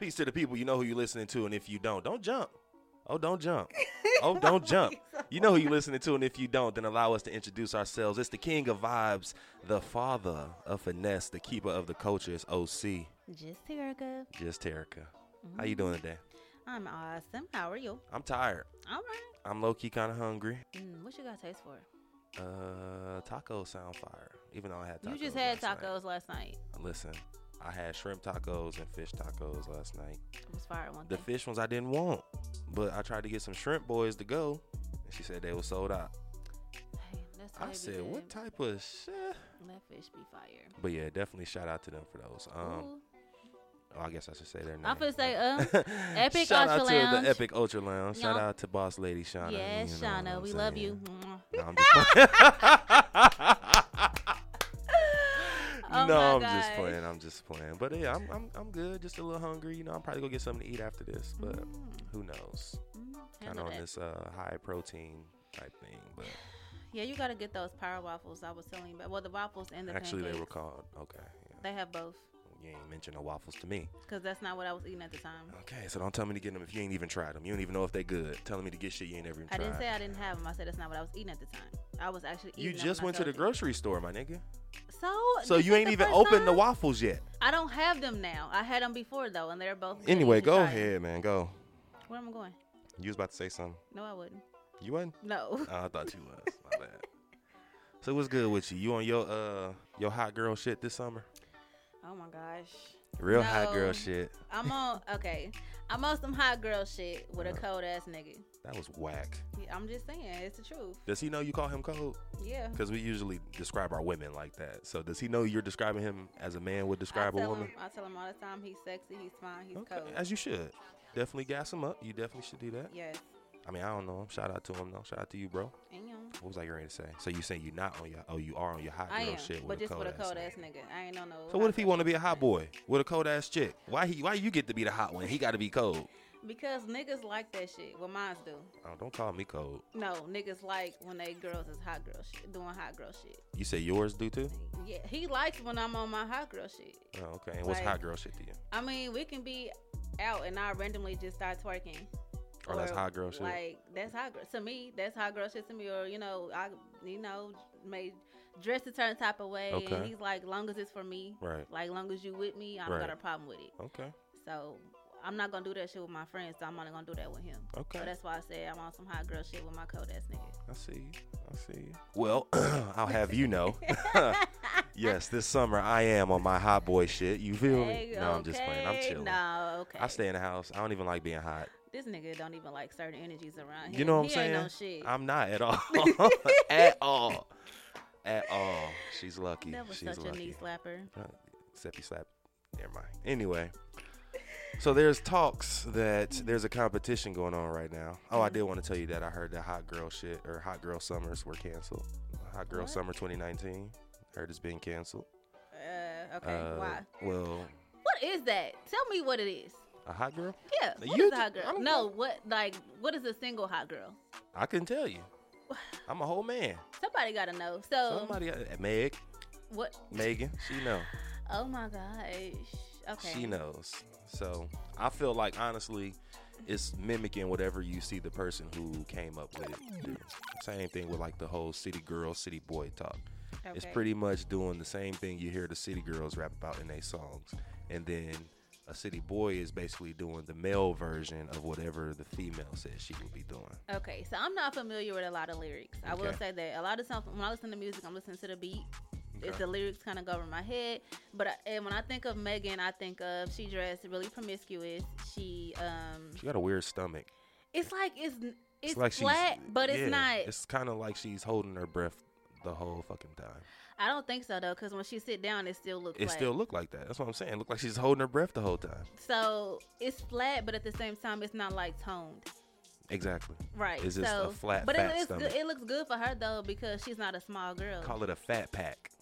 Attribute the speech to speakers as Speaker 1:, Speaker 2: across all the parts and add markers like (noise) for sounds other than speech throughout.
Speaker 1: Peace to the people. You know who you listening to, and if you don't, don't jump. Oh, don't jump. Oh, don't
Speaker 2: (laughs)
Speaker 1: jump. You know who you listening to, and if you don't, then allow us to introduce ourselves. It's the king of vibes, the father of finesse, the keeper of the culture. It's OC,
Speaker 2: Just Erica.
Speaker 1: just Terica. How you doing today?
Speaker 2: I'm awesome. How are you?
Speaker 1: I'm tired.
Speaker 2: All right.
Speaker 1: I'm low key kind of hungry.
Speaker 2: Mm, what you got taste for?
Speaker 1: Uh, tacos sound fire. Even though I had tacos.
Speaker 2: you just had
Speaker 1: last night.
Speaker 2: tacos last night.
Speaker 1: Listen, I had shrimp tacos and fish tacos last night.
Speaker 2: I was fired one
Speaker 1: The
Speaker 2: day.
Speaker 1: fish ones I didn't want, but I tried to get some shrimp boys to go, and she said they were sold out.
Speaker 2: Hey, that's how
Speaker 1: I
Speaker 2: they be
Speaker 1: said, what
Speaker 2: good.
Speaker 1: type of shit?
Speaker 2: That fish be fire.
Speaker 1: But yeah, definitely shout out to them for those. Um,
Speaker 2: Ooh.
Speaker 1: oh, I guess I should say their name.
Speaker 2: I'm
Speaker 1: (laughs)
Speaker 2: finna say, um, Epic
Speaker 1: shout out
Speaker 2: Ultra
Speaker 1: to
Speaker 2: Lounge.
Speaker 1: the Epic Ultra Lounge. Shout
Speaker 2: Y'all-
Speaker 1: out to Boss Lady Shauna.
Speaker 2: yes,
Speaker 1: you know what
Speaker 2: Shauna,
Speaker 1: I'm
Speaker 2: we love
Speaker 1: saying?
Speaker 2: you.
Speaker 1: No, I'm
Speaker 2: (laughs)
Speaker 1: (laughs) just
Speaker 2: Oh
Speaker 1: playing. no,
Speaker 2: my
Speaker 1: I'm just
Speaker 2: gosh.
Speaker 1: playing. I'm just playing. But yeah, I'm, I'm I'm good. Just a little hungry. You know, I'm probably gonna get something to eat after this. But
Speaker 2: Mm,
Speaker 1: who knows?
Speaker 2: mm,
Speaker 1: Kind
Speaker 2: handle
Speaker 1: of on
Speaker 2: that.
Speaker 1: this uh, high protein type thing. But
Speaker 2: Yeah, you gotta get those power waffles. I was telling you about. Well, the waffles and the
Speaker 1: actually, they were
Speaker 2: pancakes.
Speaker 1: called. Okay, yeah.
Speaker 2: They have both,
Speaker 1: you ain't mentioned no waffles to me.
Speaker 2: cause that's not what I was eating at the time.
Speaker 1: Okay, so don't tell me to get them if you ain't even tried them. You don't even know if they good. Telling me to get shit you ain't never even
Speaker 2: I
Speaker 1: tried.
Speaker 2: didn't say I didn't have them. I said that's not what I was eating at the time. I was actually eating.
Speaker 1: you
Speaker 2: them
Speaker 1: just
Speaker 2: when
Speaker 1: went
Speaker 2: I
Speaker 1: to the
Speaker 2: told you.
Speaker 1: grocery store, my nigga.
Speaker 2: So
Speaker 1: So
Speaker 2: this
Speaker 1: you
Speaker 2: is
Speaker 1: ain't
Speaker 2: the
Speaker 1: even
Speaker 2: first
Speaker 1: opened the
Speaker 2: time?
Speaker 1: waffles yet.
Speaker 2: I don't have them now. I had them before though, and they're both. good.
Speaker 1: Anyway,
Speaker 2: You
Speaker 1: go
Speaker 2: try it.
Speaker 1: ahead, man. Go.
Speaker 2: Where am I going?
Speaker 1: You was about to say something.
Speaker 2: No, I wouldn't.
Speaker 1: You wasn't?
Speaker 2: No. (laughs)
Speaker 1: Oh, I thought you was. My bad. So what's good with you? You on your uh your hot girl shit this summer?
Speaker 2: Oh my gosh.
Speaker 1: Real hot girl
Speaker 2: No.
Speaker 1: shit.
Speaker 2: I'm on. Okay. I'm on some hot girl shit with a
Speaker 1: Uh.
Speaker 2: cold ass nigga.
Speaker 1: That was whack.
Speaker 2: Yeah, I'm just saying, it's the truth.
Speaker 1: Does he know you call him cold?
Speaker 2: Yeah.
Speaker 1: Because we usually describe our women like that. So does he know you're describing him as a man would
Speaker 2: I
Speaker 1: describe a
Speaker 2: tell
Speaker 1: woman?
Speaker 2: him. I tell him all the time. He's sexy. He's fine. He's
Speaker 1: Okay,
Speaker 2: cold.
Speaker 1: as you should. Definitely gas him up. You definitely should do that.
Speaker 2: Yes.
Speaker 1: I mean, I don't know him. Shout out to him though. Shout out to you, bro.
Speaker 2: And you.
Speaker 1: What was I going to say? So you saying you not on your? Oh, you are on your hot girl
Speaker 2: I am,
Speaker 1: shit with
Speaker 2: but
Speaker 1: a
Speaker 2: just
Speaker 1: cold
Speaker 2: with a
Speaker 1: ass
Speaker 2: cold
Speaker 1: nigga.
Speaker 2: ass nigga. I ain't on no.
Speaker 1: So what if he want to be a hot boy with a cold ass chick? Why he? Why you get to be the hot one? He got to be cold.
Speaker 2: Because niggas like that shit. Well, mines do.
Speaker 1: Oh, don't call me cold.
Speaker 2: No, niggas like when they girls is hot girl shit, doing hot girl shit.
Speaker 1: You say yours do too?
Speaker 2: Yeah, he likes when I'm on my hot girl shit.
Speaker 1: Oh, okay. And what's
Speaker 2: Like-
Speaker 1: hot girl shit to you?
Speaker 2: I mean, we can be out and I randomly just start twerking.
Speaker 1: Oh, that's hot girl shit.
Speaker 2: Like that's hot girl to me. That's hot girl shit to me. Or you know, I you know made dress a certain type of way. And
Speaker 1: Okay.
Speaker 2: he's like, long as it's for me,
Speaker 1: Right.
Speaker 2: like long as you with me, I don't
Speaker 1: Right.
Speaker 2: got a problem with it.
Speaker 1: Okay.
Speaker 2: So I'm not gonna do that shit with my friends. So I'm only gonna do that with him. So
Speaker 1: Okay.
Speaker 2: that's why I said I'm on some hot girl shit with my cold ass nigga.
Speaker 1: I see. You. I see. You. Well, (clears throat) I'll have you
Speaker 2: (laughs)
Speaker 1: know. yes, this summer I am on my hot boy shit. You feel me?
Speaker 2: Hey,
Speaker 1: No, I'm just playing. I'm
Speaker 2: okay.
Speaker 1: chilling.
Speaker 2: No, okay.
Speaker 1: I stay in the house. I don't even like being hot.
Speaker 2: This nigga don't even like certain energies around him.
Speaker 1: You know what I'm
Speaker 2: he
Speaker 1: saying?
Speaker 2: Ain't no shit.
Speaker 1: I'm not
Speaker 2: (laughs)
Speaker 1: at all. (laughs) at all. At all. She's lucky.
Speaker 2: that was
Speaker 1: She's
Speaker 2: such a
Speaker 1: lucky.
Speaker 2: knee slapper.
Speaker 1: Except you slap. Never mind. Anyway. So there's talks that there's a competition going on right now. Oh,
Speaker 2: Mm-hmm.
Speaker 1: I did want to tell you that I heard that Hot Girl shit or Hot Girl Summers were canceled. Hot Girl
Speaker 2: What?
Speaker 1: Summer 2019 heard it's been canceled.
Speaker 2: Uh, okay,
Speaker 1: Uh,
Speaker 2: why?
Speaker 1: Well,
Speaker 2: What is that? Tell me what it is.
Speaker 1: a hot girl?
Speaker 2: Yeah, what is
Speaker 1: You
Speaker 2: a
Speaker 1: ju-
Speaker 2: hot
Speaker 1: I
Speaker 2: girl?
Speaker 1: don't
Speaker 2: No, what like what is a single hot girl?
Speaker 1: I can tell you. I'm a whole man.
Speaker 2: Somebody gotta know. So
Speaker 1: Somebody, uh, Meg,
Speaker 2: what?
Speaker 1: Megan, she know.
Speaker 2: Oh my gosh. Okay.
Speaker 1: She knows. So I feel like honestly, it's mimicking whatever you see the person who came up with it do. Same thing with like the whole city girl, city boy talk. It's
Speaker 2: Okay.
Speaker 1: pretty much doing the same thing you hear the city girls rap about in their songs, and then a city boy is basically doing the male version of whatever the female says she would be doing.
Speaker 2: Okay, so I'm not familiar with a lot of lyrics. I will
Speaker 1: Okay.
Speaker 2: say that a lot of times when I listen to music, I'm listening to the beat. If
Speaker 1: Okay.
Speaker 2: the lyrics kind of go over my head, but I, and when I think of Megan, I think of she dressed really promiscuous. She um,
Speaker 1: She got a weird stomach.
Speaker 2: it's like it's n- it's,
Speaker 1: like she's-
Speaker 2: flat, but it's
Speaker 1: yeah,
Speaker 2: not.
Speaker 1: It's kind of like she's holding her breath the whole fucking time.
Speaker 2: I don't think so though, because when she sit down, it still looks.
Speaker 1: It
Speaker 2: flat.
Speaker 1: still looked like that. That's what I'm saying. Looked like she's holding her breath the whole time.
Speaker 2: so it's flat, but at the same time, it's not like toned.
Speaker 1: Exactly.
Speaker 2: Right.
Speaker 1: It's
Speaker 2: so,
Speaker 1: just a flat,
Speaker 2: but
Speaker 1: fat
Speaker 2: it, it's
Speaker 1: stomach.
Speaker 2: good, it looks good for her though because she's not a small girl.
Speaker 1: Call it a fat pack.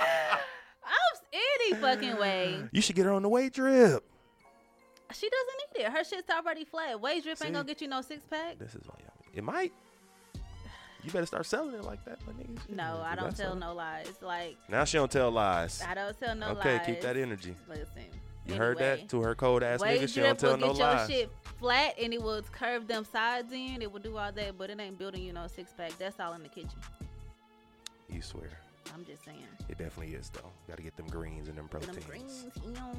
Speaker 2: I'm any fucking way.
Speaker 1: (sighs) You should get her on the weight drip.
Speaker 2: She doesn't need it. Her shit's already flat. Wage drip
Speaker 1: See?
Speaker 2: ain't gonna get you no six pack.
Speaker 1: This is why y'all. It might. You better start selling it like that, my nigga. Shit,
Speaker 2: No,
Speaker 1: nigga,
Speaker 2: I don't
Speaker 1: that's
Speaker 2: tell
Speaker 1: all.
Speaker 2: no lies. Like
Speaker 1: Now she don't tell lies.
Speaker 2: I don't tell no
Speaker 1: okay,
Speaker 2: lies.
Speaker 1: keep that energy.
Speaker 2: Listen.
Speaker 1: You heard
Speaker 2: anyway.
Speaker 1: that to her cold ass
Speaker 2: Wave
Speaker 1: nigga. She don't
Speaker 2: drip
Speaker 1: tell
Speaker 2: will
Speaker 1: no
Speaker 2: get your
Speaker 1: lies.
Speaker 2: shit flat and it will curve them sides in. It will do all that, but it ain't building you no six pack. That's all in the kitchen.
Speaker 1: You swear.
Speaker 2: I'm just saying.
Speaker 1: It definitely is though. Got to get them greens and them
Speaker 2: Them
Speaker 1: proteins.
Speaker 2: greens, you know.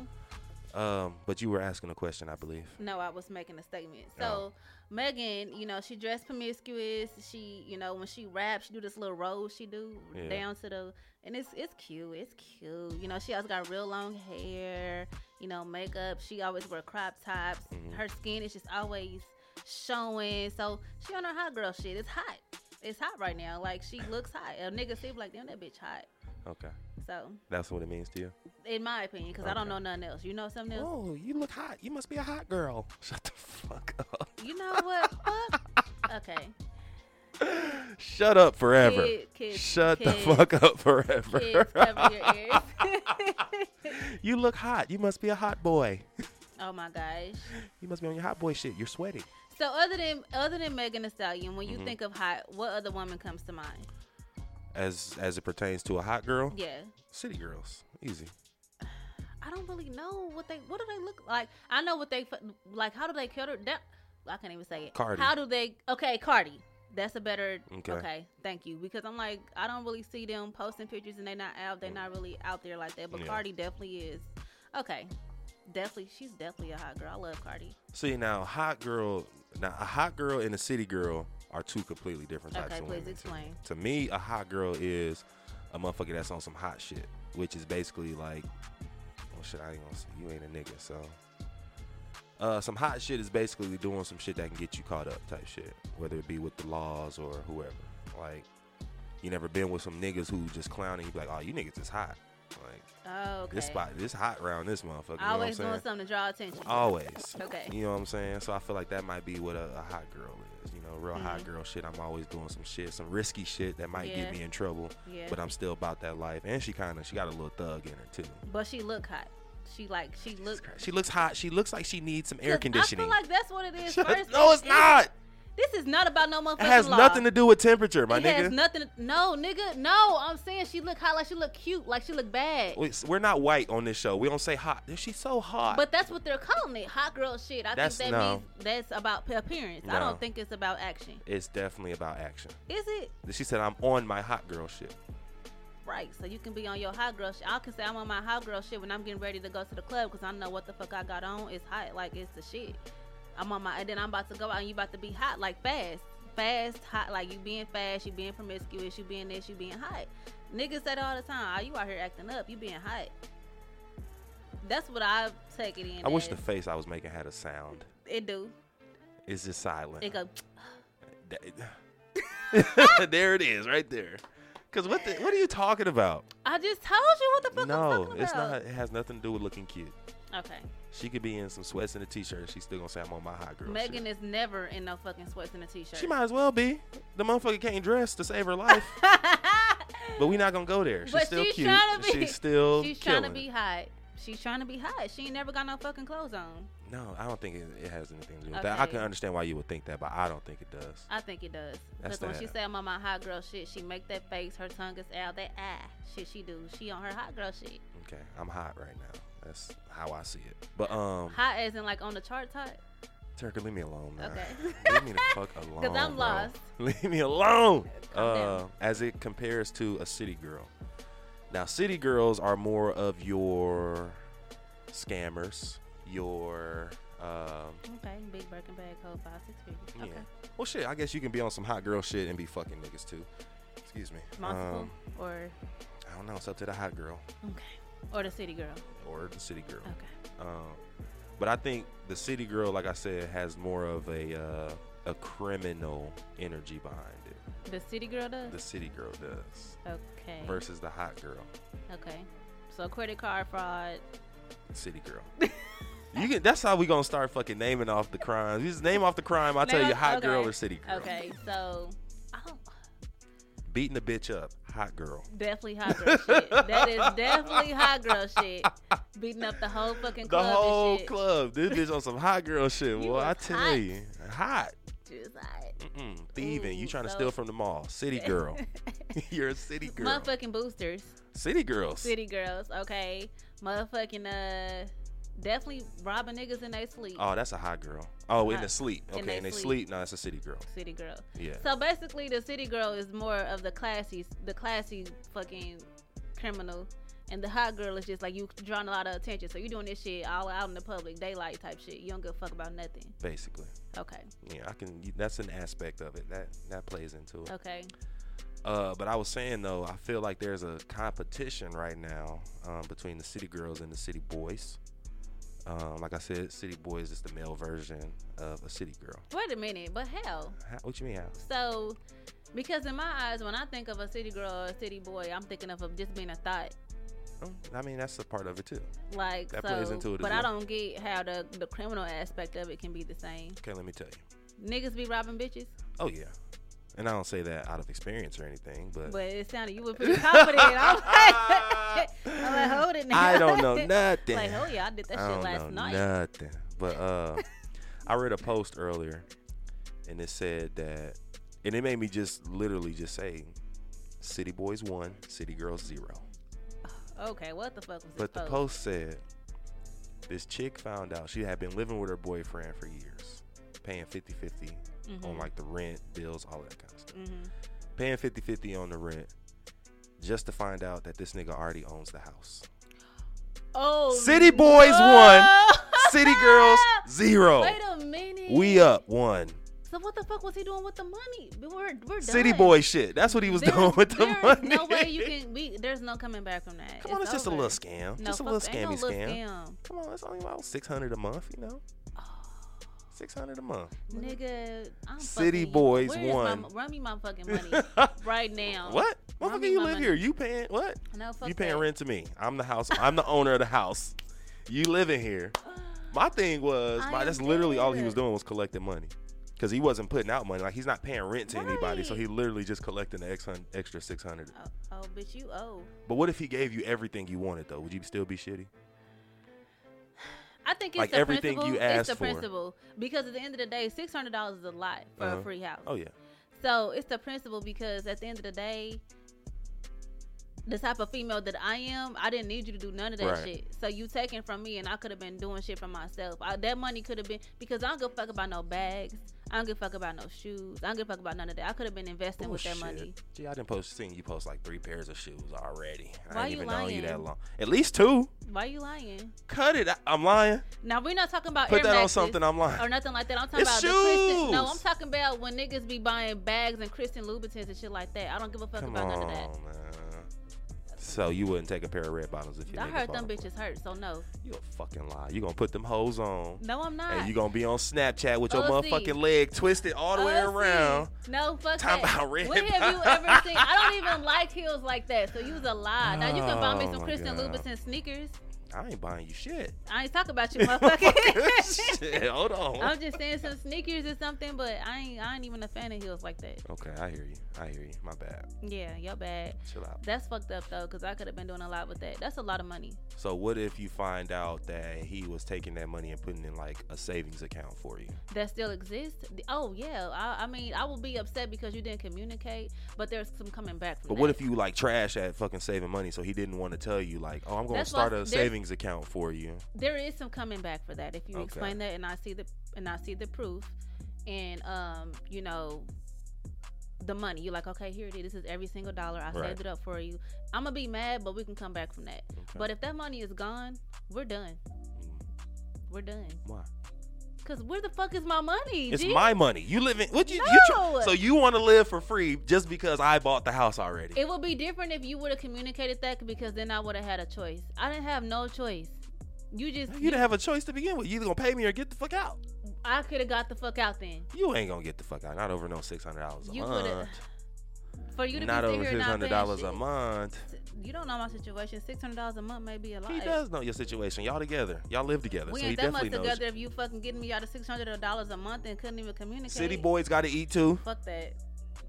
Speaker 1: Um, but you were asking a question, I believe.
Speaker 2: No, I was making a statement.
Speaker 1: Oh.
Speaker 2: So Megan, you know, she dressed promiscuous. She, you know, when she raps, she do this little roll she do
Speaker 1: Yeah.
Speaker 2: down to the, and it's it's cute. It's cute. You know, she always got real long hair. You know, makeup. She always wear crop tops.
Speaker 1: Mhm.
Speaker 2: Her skin is just always showing. So she on her hot girl shit. It's hot. It's hot right now. Like she looks hot. A nigga see like damn that bitch hot.
Speaker 1: Okay,
Speaker 2: So
Speaker 1: that's what it means to you.
Speaker 2: in my opinion, because I don't know
Speaker 1: Okay.
Speaker 2: nothing else. You know something else?
Speaker 1: Oh, you look hot. You must be a hot girl. (laughs) Shut the fuck up.
Speaker 2: You know what? Fuck. Okay.
Speaker 1: Shut up forever.
Speaker 2: Kid- kids-
Speaker 1: Shut
Speaker 2: kids-
Speaker 1: the fuck up forever.
Speaker 2: Kids cover your ears.
Speaker 1: (laughs)
Speaker 2: (laughs)
Speaker 1: you look hot. You must be a hot boy.
Speaker 2: oh my gosh.
Speaker 1: You must be on your hot boy shit. You're sweating.
Speaker 2: So other than other than Megan Thee Stallion, when you
Speaker 1: Mhm.
Speaker 2: think of hot, what other woman comes to mind?
Speaker 1: As as it pertains to a hot girl,
Speaker 2: Yeah.
Speaker 1: city girls, easy.
Speaker 2: I don't really know what they what do they look like. I know what they fu- like. How do they cater? That I can't even say it.
Speaker 1: Cardi.
Speaker 2: How do they? Okay, Cardi. That's a better.
Speaker 1: Okay.
Speaker 2: Okay. thank you. Because I'm like, I don't really see them posting pictures and they not out. They're not really out there like that. But
Speaker 1: Yeah.
Speaker 2: Cardi definitely is. Okay, definitely, she's definitely a hot girl. I love Cardi.
Speaker 1: See now, hot girl. Now a hot girl and a city girl are two completely different types
Speaker 2: Okay,
Speaker 1: of
Speaker 2: please
Speaker 1: women. to me.
Speaker 2: explain.
Speaker 1: To me, a hot girl is a motherfucker that's on some hot shit, which is basically like, well, shit, I ain't gonna say you ain't a nigga, so. Uh, some hot shit is basically doing some shit that can get you caught up type shit, whether it be with the laws or whoever. Like, you never been with some niggas who just clowning. You be like, oh, you niggas is hot. Like
Speaker 2: Oh, okay.
Speaker 1: this spot, this hot round, this motherfucker. you know what I'm
Speaker 2: Always
Speaker 1: saying?
Speaker 2: doing something to draw attention.
Speaker 1: Always.
Speaker 2: Okay.
Speaker 1: You know what I'm saying? So I feel like that might be what a, a hot girl is. You know, real hot
Speaker 2: Mhm.
Speaker 1: girl shit. I'm always doing some shit, some risky shit that might
Speaker 2: Yeah.
Speaker 1: get me in trouble,
Speaker 2: Yeah.
Speaker 1: but
Speaker 2: But,
Speaker 1: I'm still about that life. And she kind of, she got a little thug in her too.
Speaker 2: she look hot. She like she look.
Speaker 1: She looks hot. She looks like she needs some air
Speaker 2: I
Speaker 1: conditioning.
Speaker 2: feel like that's what it is.
Speaker 1: (laughs)
Speaker 2: First,
Speaker 1: no, it's not.
Speaker 2: This is not about no motherfucking
Speaker 1: It has
Speaker 2: law.
Speaker 1: nothing to do with temperature, my
Speaker 2: it Has
Speaker 1: nigga.
Speaker 2: nothing. No, nigga. No, I'm saying she look hot. Like she look cute. Like she look bad.
Speaker 1: We- We're not white on this show. We don't say hot. She's so hot.
Speaker 2: But that's what they're calling it, hot girl shit. I
Speaker 1: That's-
Speaker 2: think that
Speaker 1: no.
Speaker 2: means that's about p- appearance. I
Speaker 1: No.
Speaker 2: don't think it's about action.
Speaker 1: it's definitely about action.
Speaker 2: Is it?
Speaker 1: She said, I'm on my hot girl shit.
Speaker 2: Right. So you can be on your hot girl shit. I can say I'm on my hot girl shit when I'm getting ready to go to the club because I know what the fuck I got on. It's hot. Like it's the shit. I'm on my and then I'm about to go out and you about to be hot like fast. Fast, hot, like you being fast, you being promiscuous, you being this, you being hot. Niggas say that all the time. Oh, you out here acting up, you being hot. That's what I take it in.
Speaker 1: I wish the
Speaker 2: as.
Speaker 1: face I was making had a sound.
Speaker 2: it do.
Speaker 1: It's just silent.
Speaker 2: It go
Speaker 1: That- (laughs) there it is, right there. Cause what the, what are you talking about?
Speaker 2: I just told you what the fuck I'm
Speaker 1: no,
Speaker 2: talking
Speaker 1: it's
Speaker 2: about.
Speaker 1: not. It has nothing to do with looking cute.
Speaker 2: Okay.
Speaker 1: She could be in some sweats and a t-shirt. and She's still gonna say I'm on my hot girl.
Speaker 2: Megan
Speaker 1: shit.
Speaker 2: is never in no fucking sweats and a t shirt.
Speaker 1: She might as well be. The motherfucker can't dress to save her
Speaker 2: (laughs)
Speaker 1: life. but we not gonna go there. She's
Speaker 2: But
Speaker 1: still
Speaker 2: she's
Speaker 1: cute.
Speaker 2: tryna be-
Speaker 1: she's still
Speaker 2: She's
Speaker 1: killing.
Speaker 2: trying to be hot. She's trying to be hot. She ain't never got no fucking clothes on.
Speaker 1: No, I don't think it, it has anything to do with that. I
Speaker 2: Okay.
Speaker 1: can understand why you would think that, but I don't think it does.
Speaker 2: I think it does.
Speaker 1: That's
Speaker 2: Because when she
Speaker 1: that-
Speaker 2: say I'm on my hot girl shit, she make that face, her tongue is out, that ah shit she do. She on her hot girl shit.
Speaker 1: Okay, I'm hot right now. That's how I see it. But um,
Speaker 2: Hot as in like on the chart hot.
Speaker 1: Turker, leave me alone now.
Speaker 2: Okay.
Speaker 1: (laughs) leave me the
Speaker 2: (laughs)
Speaker 1: fuck alone.
Speaker 2: Because I'm
Speaker 1: bro.
Speaker 2: lost.
Speaker 1: (laughs) Leave me alone.
Speaker 2: Calm
Speaker 1: Uh,
Speaker 2: down.
Speaker 1: as it compares to a city girl. Now, city girls are more of your scammers, your. Um,
Speaker 2: Okay, big Birkin bag code five six figures.
Speaker 1: yeah.
Speaker 2: Okay.
Speaker 1: Well, shit, I guess you can be on some hot girl shit and be fucking niggas too. Excuse me.
Speaker 2: Multiple
Speaker 1: Um,
Speaker 2: or
Speaker 1: I don't know. It's up to the hot girl
Speaker 2: okay. Or the city girl.
Speaker 1: or the city girl.
Speaker 2: Okay.
Speaker 1: Um, but I think the city girl, like I said, has more of a uh, a criminal energy behind it.
Speaker 2: The city girl does?
Speaker 1: The city girl does
Speaker 2: okay.
Speaker 1: versus the hot girl,
Speaker 2: Okay. So credit card fraud.
Speaker 1: city girl.
Speaker 2: (laughs)
Speaker 1: You can, that's how we gonna start fucking naming off the crimes. You just name off the crime. I will tell
Speaker 2: Name
Speaker 1: you,
Speaker 2: off-
Speaker 1: hot girl
Speaker 2: okay.
Speaker 1: or city girl.
Speaker 2: Okay, so I don't
Speaker 1: Beating the bitch up, hot girl.
Speaker 2: Definitely hot girl shit. That is definitely hot girl shit. Beating up the whole fucking
Speaker 1: The
Speaker 2: club
Speaker 1: whole
Speaker 2: and shit.
Speaker 1: club. This bitch on some hot girl shit.
Speaker 2: You
Speaker 1: Well, I
Speaker 2: was
Speaker 1: tell
Speaker 2: hot.
Speaker 1: you, hot.
Speaker 2: dangerous. Like, (laughs)
Speaker 1: Mm-mm. Thieving. you
Speaker 2: Ooh,
Speaker 1: trying to
Speaker 2: so-
Speaker 1: steal from the mall.
Speaker 2: (laughs)
Speaker 1: City girl. (laughs) You're a city girl.
Speaker 2: motherfucking boosters,
Speaker 1: City girls.
Speaker 2: city girls. Okay, motherfucking uh, definitely robbing niggas in their sleep.
Speaker 1: Oh, that's a hot girl. Oh, in
Speaker 2: Hot.
Speaker 1: the sleep.
Speaker 2: In
Speaker 1: Okay, in
Speaker 2: they
Speaker 1: they, sleep.
Speaker 2: sleep.
Speaker 1: No, that's a city girl.
Speaker 2: City girl.
Speaker 1: Yeah.
Speaker 2: So basically, the city girl is more of the classy, the classy fucking criminal, and the hot girl is just like you drawing a lot of attention. So you doing this shit all out in the public daylight type shit. You don't give a fuck about nothing.
Speaker 1: Basically.
Speaker 2: Okay,
Speaker 1: Yeah, I can. That's an aspect of it that that plays into it.
Speaker 2: okay,
Speaker 1: Uh, but I was saying though, I feel like there's a competition right now um, between the city girls and the city boys. Um, like I said, city boys is the male version of a city girl.
Speaker 2: wait a minute. But hell,
Speaker 1: How, what you mean? How?
Speaker 2: so because in my eyes, when I think of a city girl or a city boy, I'm thinking of just being a thought.
Speaker 1: Um, I mean that's a part of it too.
Speaker 2: Like
Speaker 1: That
Speaker 2: so,
Speaker 1: plays into it as
Speaker 2: but I
Speaker 1: well.
Speaker 2: don't get how the the criminal aspect of it can be the same.
Speaker 1: Okay, let me tell you.
Speaker 2: Niggas be robbing bitches,
Speaker 1: Oh yeah, and I don't say that out of experience or anything, but,
Speaker 2: but it sounded you were pretty confident. I'm
Speaker 1: (laughs)
Speaker 2: like, (laughs) I'm like, hold it now.
Speaker 1: I don't know nothing.
Speaker 2: (laughs) like, oh yeah, I did that
Speaker 1: I
Speaker 2: shit
Speaker 1: don't
Speaker 2: last
Speaker 1: know
Speaker 2: night.
Speaker 1: nothing. But
Speaker 2: (laughs)
Speaker 1: uh, I read a post earlier, and it said that, and it made me just literally just say, "City boys one, city girls zero.
Speaker 2: Okay, what the fuck was
Speaker 1: But the
Speaker 2: this post?
Speaker 1: post said, this chick found out she had been living with her boyfriend for years, paying 50-50 on
Speaker 2: Mhm.
Speaker 1: like the rent, bills, all that kind of stuff.
Speaker 2: Mhm.
Speaker 1: Paying 50-50 on the rent, just to find out that this nigga already owns the house.
Speaker 2: Oh,
Speaker 1: City boys
Speaker 2: (laughs) no.
Speaker 1: one, city girls zero.
Speaker 2: Wait a minute.
Speaker 1: We uh, up one.
Speaker 2: So what the fuck was he doing with the money? We're we're
Speaker 1: City
Speaker 2: done.
Speaker 1: boy shit. That's what he was
Speaker 2: There's-
Speaker 1: doing with the
Speaker 2: there's
Speaker 1: money.
Speaker 2: No way
Speaker 1: (laughs)
Speaker 2: you can. We, there's no coming back from that.
Speaker 1: Come on, it's just a
Speaker 2: over.
Speaker 1: little scam.
Speaker 2: No,
Speaker 1: just a
Speaker 2: fuck
Speaker 1: little
Speaker 2: that. Ain't
Speaker 1: scammy
Speaker 2: no
Speaker 1: scam.
Speaker 2: little
Speaker 1: Come on, it's only about six hundred a month. You
Speaker 2: (sighs)
Speaker 1: know, six hundred a month.
Speaker 2: Nigga, I'm
Speaker 1: City
Speaker 2: fucking-
Speaker 1: boys
Speaker 2: where is my-
Speaker 1: won.
Speaker 2: run me my
Speaker 1: (laughs)
Speaker 2: fucking money right now.
Speaker 1: What?
Speaker 2: Mommy,
Speaker 1: Motherfucker, you
Speaker 2: mama.
Speaker 1: live here. You paying what?
Speaker 2: No, fuck
Speaker 1: you paying
Speaker 2: that.
Speaker 1: rent to me. I'm the house. I'm the owner of the house. You living
Speaker 2: (sighs)
Speaker 1: here. My thing was,
Speaker 2: I
Speaker 1: my, that's
Speaker 2: am
Speaker 1: literally all he
Speaker 2: dead.
Speaker 1: was doing was collecting money. Cause he wasn't putting out money, like he's not paying rent to anybody, so
Speaker 2: Right.
Speaker 1: he literally just collecting the ex- hun- extra six hundred.
Speaker 2: Oh, oh, bitch, you owe.
Speaker 1: But what if he gave you everything you wanted though? Would you still be shitty?
Speaker 2: I think it's
Speaker 1: Like
Speaker 2: the
Speaker 1: everything
Speaker 2: principle.
Speaker 1: you
Speaker 2: it's
Speaker 1: asked
Speaker 2: the
Speaker 1: for.
Speaker 2: principle because at the end of the day, six hundred dollars is a lot for
Speaker 1: Uh-huh.
Speaker 2: a free house.
Speaker 1: Oh yeah.
Speaker 2: So it's the principle because at the end of the day, the type of female that I am, I didn't need you to do none of that
Speaker 1: Right.
Speaker 2: shit. So you taking from me, and I could have been doing shit for myself. I, that money could have been because I don't give a fuck about no bags. I don't give a fuck about no shoes. I don't give a fuck about none of that. I could have been investing with that money.
Speaker 1: Bullshit. Gee, I didn't post seen you post like three pairs of shoes already.
Speaker 2: Why
Speaker 1: I ain't
Speaker 2: you
Speaker 1: even known you that
Speaker 2: lying?
Speaker 1: long. At least two.
Speaker 2: Why you lying?
Speaker 1: Cut it. I- I'm lying.
Speaker 2: Now we're not talking about
Speaker 1: Put
Speaker 2: Air
Speaker 1: that on
Speaker 2: Maxes
Speaker 1: something. I'm
Speaker 2: or
Speaker 1: lying.
Speaker 2: nothing like that. I'm talking
Speaker 1: It's
Speaker 2: about the Kristen. No,
Speaker 1: shoes.
Speaker 2: I'm talking about when niggas be buying bags and Kristen Louboutins and shit like that. I don't give a fuck
Speaker 1: Come
Speaker 2: about
Speaker 1: on,
Speaker 2: none of that.
Speaker 1: man. So you wouldn't take a pair of red bottoms if you.
Speaker 2: I heard them bitches hurt, so no,
Speaker 1: You a fucking lie. You gonna put them hoes on,
Speaker 2: no, I'm not.
Speaker 1: and you gonna be on Snapchat with your
Speaker 2: Ussy.
Speaker 1: motherfucking leg twisted all the way
Speaker 2: Ussy.
Speaker 1: around.
Speaker 2: Oh, No, fuck
Speaker 1: Talking
Speaker 2: that.
Speaker 1: about red
Speaker 2: When
Speaker 1: (laughs)
Speaker 2: have you
Speaker 1: bottom.
Speaker 2: ever seen? I don't even like heels like that, so you's a lie. Now you can buy me
Speaker 1: Oh,
Speaker 2: some
Speaker 1: my
Speaker 2: Kristen
Speaker 1: God.
Speaker 2: Louboutin sneakers.
Speaker 1: I ain't buying you shit.
Speaker 2: I ain't
Speaker 1: (laughs)
Speaker 2: talking about you, motherfucker.
Speaker 1: shit. Hold on.
Speaker 2: (laughs) I'm just saying some sneakers or something, but I ain't. I ain't even a fan of heels like that.
Speaker 1: Okay, I hear you. I hear you. My bad.
Speaker 2: Yeah, your bad.
Speaker 1: Chill out.
Speaker 2: That's fucked up though, cause I could have been doing a lot with that. That's a lot of money.
Speaker 1: So what if you find out that he was taking that money and putting in like a savings account for you?
Speaker 2: that still exists. The- Oh yeah, I, I mean, I will be upset because you didn't communicate, but there's some coming back from
Speaker 1: But what if you like trash at fucking saving money so he didn't want to tell you like, "Oh, I'm going to
Speaker 2: That's why
Speaker 1: start a
Speaker 2: there's-
Speaker 1: savings account for you."
Speaker 2: there is some coming back for that if you
Speaker 1: Okay.
Speaker 2: explain that and I see the and I see the proof and um you know the money you're like okay here it is this is every single dollar I
Speaker 1: Right.
Speaker 2: saved it up for you I'm gonna be mad but we can come back from that
Speaker 1: Okay.
Speaker 2: but if that money is gone we're done
Speaker 1: Mm,
Speaker 2: we're done
Speaker 1: why?
Speaker 2: cause where the fuck is my money
Speaker 1: It's
Speaker 2: G?
Speaker 1: my money. You live in what you, you
Speaker 2: No.
Speaker 1: tr- so you want to live for free just because I bought the house already.
Speaker 2: it would be different if you would have communicated that because then I would have had a choice I didn't have no choice you just
Speaker 1: you didn't have a choice to begin with. You either gonna pay me or get the fuck out.
Speaker 2: I could have got the fuck out then.
Speaker 1: You ain't gonna get the fuck out. Not over no six hundred dollars a
Speaker 2: You would have.
Speaker 1: month.
Speaker 2: For you to
Speaker 1: Not
Speaker 2: be
Speaker 1: over
Speaker 2: sitting here
Speaker 1: six
Speaker 2: not
Speaker 1: hundred
Speaker 2: paying
Speaker 1: dollars a
Speaker 2: shit.
Speaker 1: month.
Speaker 2: You don't know my situation. Six hundred dollars a month may be a lot.
Speaker 1: He does know your situation. Y'all together. Y'all live together.
Speaker 2: We
Speaker 1: so he
Speaker 2: ain't that much
Speaker 1: definitely knows.
Speaker 2: together. If you fucking getting me out of six hundred dollars a month and couldn't even communicate.
Speaker 1: City boys got to eat too.
Speaker 2: Fuck that.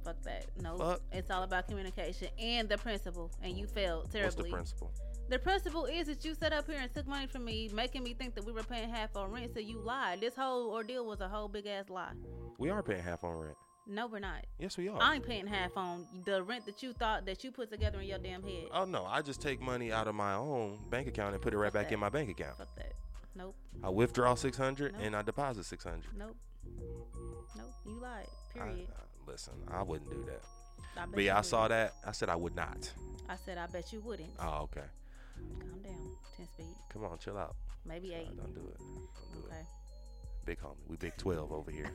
Speaker 2: Fuck that. No.
Speaker 1: Fuck.
Speaker 2: It's all about communication and the principle. And you failed
Speaker 1: What's the
Speaker 2: terribly.
Speaker 1: principle?
Speaker 2: The principle is that you sat up here and took money from me, making me think that we were paying half on rent, so you lied. This whole ordeal was a whole big ass lie.
Speaker 1: We are paying half on rent.
Speaker 2: No, we're not.
Speaker 1: Yes, we are.
Speaker 2: I ain't paying half on the rent that you thought that you put together in your damn head.
Speaker 1: oh no, I just take money out of my own bank account and put it right back in my bank account.
Speaker 2: Fuck that. Nope.
Speaker 1: I withdraw six hundred
Speaker 2: No.
Speaker 1: and I deposit six hundred.
Speaker 2: Nope. Nope. You lied.
Speaker 1: I, I,
Speaker 2: Period.
Speaker 1: listen, I wouldn't do that.
Speaker 2: I, bet
Speaker 1: But yeah,
Speaker 2: you
Speaker 1: I saw
Speaker 2: wouldn't.
Speaker 1: that. I said I would not.
Speaker 2: I said I bet you wouldn't.
Speaker 1: Oh, okay.
Speaker 2: Calm down. Ten speed.
Speaker 1: Come on, chill out.
Speaker 2: Maybe
Speaker 1: Uh,
Speaker 2: eight.
Speaker 1: don't do it. Don't do
Speaker 2: Okay.
Speaker 1: it. Big homie. We big twelve over
Speaker 2: (laughs)
Speaker 1: here.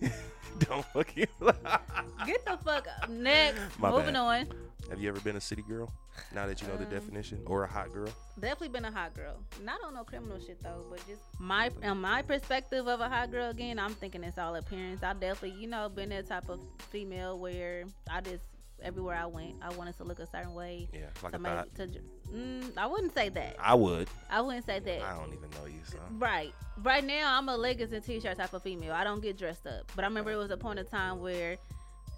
Speaker 1: (laughs) don't fucking lie.
Speaker 2: Get the fuck up.
Speaker 1: (laughs)
Speaker 2: Next.
Speaker 1: My
Speaker 2: Moving
Speaker 1: bad.
Speaker 2: on.
Speaker 1: Have you ever been a city girl? Now that you know the
Speaker 2: Um,
Speaker 1: definition, or a hot girl?
Speaker 2: Definitely been a hot girl. Not on no criminal shit though, but just my in my perspective of a hot girl again, I'm thinking it's all appearance. I definitely, you know, been that type of female where I just everywhere I went, I wanted to look a certain way.
Speaker 1: Yeah, it's like a
Speaker 2: Somebody
Speaker 1: thought.
Speaker 2: to, dr- mm, I wouldn't say that.
Speaker 1: I would.
Speaker 2: I wouldn't say that.
Speaker 1: I don't even know you, so.
Speaker 2: (laughs) Right. Right now, I'm a leggings and t-shirt type of female. I don't get dressed up. But I remember it was a point of time where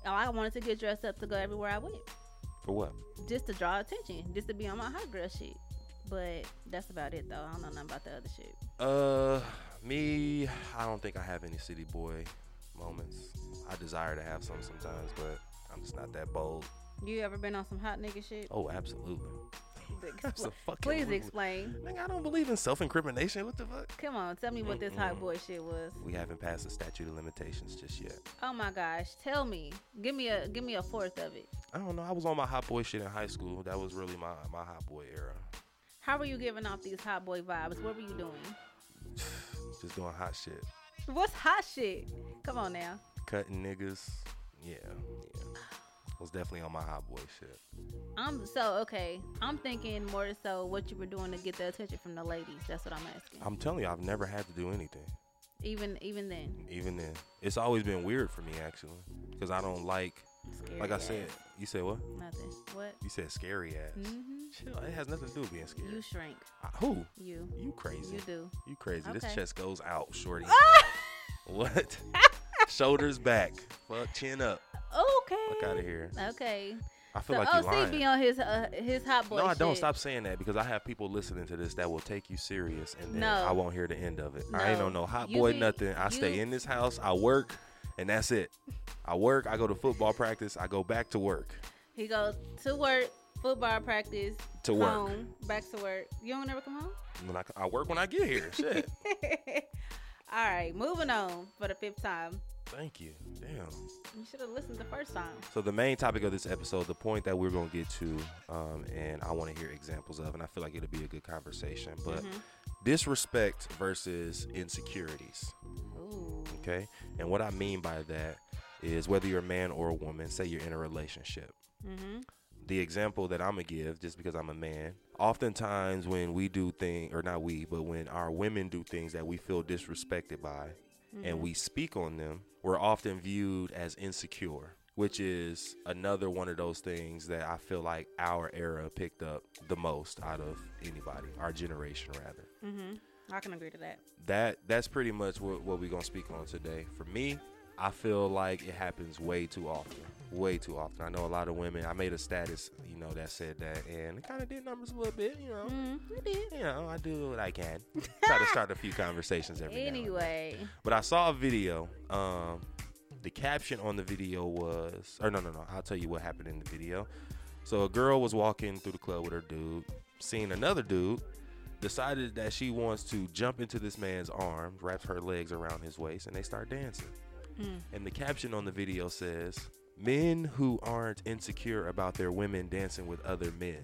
Speaker 2: oh, I wanted to get dressed up to go everywhere I went,
Speaker 1: For what?
Speaker 2: just to draw attention, just to be on my hot girl shit. But that's about it, though. I don't know nothing about the other shit.
Speaker 1: Uh, me, I don't think I have any city boy moments. I desire to have some sometimes, but I'm just not that bold.
Speaker 2: You ever been on some hot nigga shit?
Speaker 1: Oh, absolutely. (laughs)
Speaker 2: Expl-
Speaker 1: fucking
Speaker 2: Please
Speaker 1: rule.
Speaker 2: explain.
Speaker 1: Nigga, I don't believe in self-incrimination. What the fuck?
Speaker 2: Come on, tell me what this hot boy shit was.
Speaker 1: We haven't passed the statute of limitations just yet.
Speaker 2: Oh my gosh, tell me. Give me a give me a fourth of it.
Speaker 1: I don't know. I was on my hot boy shit in high school. That was really my my hot boy era.
Speaker 2: How were you giving off these hot boy vibes? What were you doing?
Speaker 1: Just doing hot shit,
Speaker 2: What's hot shit? Come on now.
Speaker 1: cutting niggas. Yeah, yeah. I was definitely on my hot boy shit.
Speaker 2: I'm so okay. I'm thinking more so what you were doing to get the attention from the ladies. That's what I'm asking.
Speaker 1: I'm telling you, I've never had to do anything.
Speaker 2: Even even then,
Speaker 1: Even then, it's always been weird for me actually, because I don't like.
Speaker 2: scary
Speaker 1: Like I
Speaker 2: ass.
Speaker 1: said, you said what?
Speaker 2: nothing. What?
Speaker 1: You said scary ass.
Speaker 2: Mhm.
Speaker 1: Chill. It has nothing to do with being scared.
Speaker 2: You shrink.
Speaker 1: I- who?
Speaker 2: You.
Speaker 1: You crazy?
Speaker 2: You
Speaker 1: (laughs)
Speaker 2: do.
Speaker 1: You crazy. This
Speaker 2: Okay. Ah!
Speaker 1: chest goes out, shorty. what?
Speaker 2: (laughs)
Speaker 1: Shoulders back. Fuck, chin up.
Speaker 2: Okay.
Speaker 1: Fuck out of here.
Speaker 2: Okay.
Speaker 1: I feel
Speaker 2: So
Speaker 1: like you
Speaker 2: OC
Speaker 1: lying.
Speaker 2: be on his uh, his hot boy.
Speaker 1: no, I don't.
Speaker 2: shit.
Speaker 1: Stop saying that because I have people listening to this that will take you serious, and then
Speaker 2: No.
Speaker 1: I won't hear the end of it. I ain't
Speaker 2: No.
Speaker 1: on no hot
Speaker 2: You
Speaker 1: boy
Speaker 2: be-
Speaker 1: nothing. I stay
Speaker 2: you-
Speaker 1: in this house. I work, and that's it. I work. I go to football practice. I go back to work.
Speaker 2: He goes to work, football practice,
Speaker 1: To work.
Speaker 2: home, back to work. You don't ever come home. (laughs)
Speaker 1: When I, I work when I get here. Shit.
Speaker 2: All right, moving on for the fifth time.
Speaker 1: Thank you. Damn.
Speaker 2: You should have listened the first time.
Speaker 1: So the main topic of this episode, the point that we're gonna get to, um, and I want to hear examples of, and I feel like it'll be a good conversation. But
Speaker 2: Mm-hmm.
Speaker 1: disrespect versus insecurities.
Speaker 2: Ooh.
Speaker 1: Okay, and what I mean by that is whether you're a man or a woman. Say you're in a relationship.
Speaker 2: Mhm.
Speaker 1: The example that I'm gonna give, just because I'm a man, oftentimes when we do things, or not we, but when our women do things that we feel disrespected by, and we speak on them, we're often viewed as insecure, which is another one of those things that I feel like our era picked up the most out of anybody, our generation rather.
Speaker 2: Mhm. I can agree to that.
Speaker 1: That that's pretty much what, what we're gonna speak on today. For me, I feel like it happens way too often. Way too often. I know a lot of women I made a status, you know, that said that and it kinda did numbers a little bit, you know.
Speaker 2: Mm, you did.
Speaker 1: You know, I do what I can. (laughs) Try to start a few conversations every now and then.
Speaker 2: Anyway,
Speaker 1: But I saw a video. Um, the caption on the video was, or no, no, no. I'll tell you what happened in the video. So a girl was walking through the club with her dude, seeing another dude, decided that she wants to jump into this man's arms, wraps her legs around his waist, and they start dancing.
Speaker 2: Mm.
Speaker 1: And the caption on the video says, Men who aren't insecure about their women dancing with other men.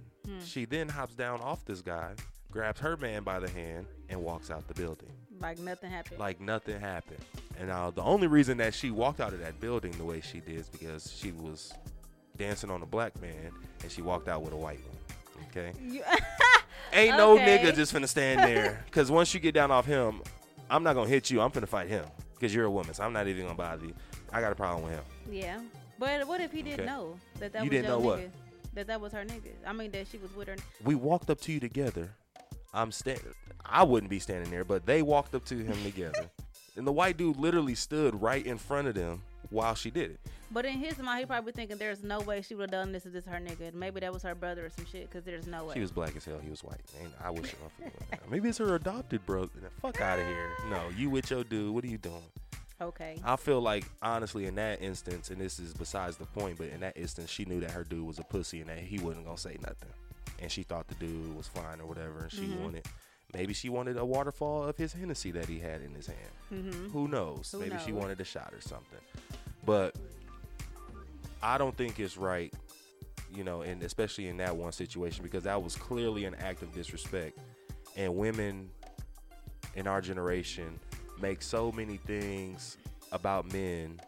Speaker 1: She then hops down off this guy, grabs her man by the hand, and walks out the building
Speaker 2: like nothing happened. (laughs)
Speaker 1: like nothing happened. And now the only reason that she walked out of that building the way she did is because she was dancing on a black man and she walked out with a white one. Okay.
Speaker 2: You-
Speaker 1: Ain't no
Speaker 2: Okay.
Speaker 1: nigga just finna stand there. Cause once you get down off him, I'm not gonna hit you. I'm finna fight him. Cause you're a woman, so I'm not even gonna bother you. I got a problem with him.
Speaker 2: yeah, but what if he didn't
Speaker 1: Okay.
Speaker 2: know that that
Speaker 1: You
Speaker 2: was
Speaker 1: didn't
Speaker 2: your
Speaker 1: know what?
Speaker 2: nigga? That that was her nigga. I mean that she was with her.
Speaker 1: We walked up to you together. I'm standing. I wouldn't be standing there, but they walked up to him together. And the white dude literally stood right in front of them while she did it.
Speaker 2: But in his mind, he probably thinking there's no way she would have done this if this her nigga. Maybe that was her brother or some shit. Cause there's no way.
Speaker 1: She was black as hell. He was white. And I wish her for you. Maybe it's her adopted brother. Fuck out of here. No, you with your dude. What are you doing?
Speaker 2: okay.
Speaker 1: I feel like honestly, in that instance, and this is besides the point, but in that instance, she knew that her dude was a pussy and that he wasn't gonna say nothing, and she thought the dude was fine or whatever, and she
Speaker 2: Mhm.
Speaker 1: wanted. Maybe she wanted a waterfall of his Hennessy that he had in his hand.
Speaker 2: hmm
Speaker 1: Who knows?
Speaker 2: Who
Speaker 1: Maybe she
Speaker 2: knows?
Speaker 1: wanted a shot or something. But I don't think it's right, you know, and especially in that one situation because that was clearly an act of disrespect. And women in our generation make so many things about men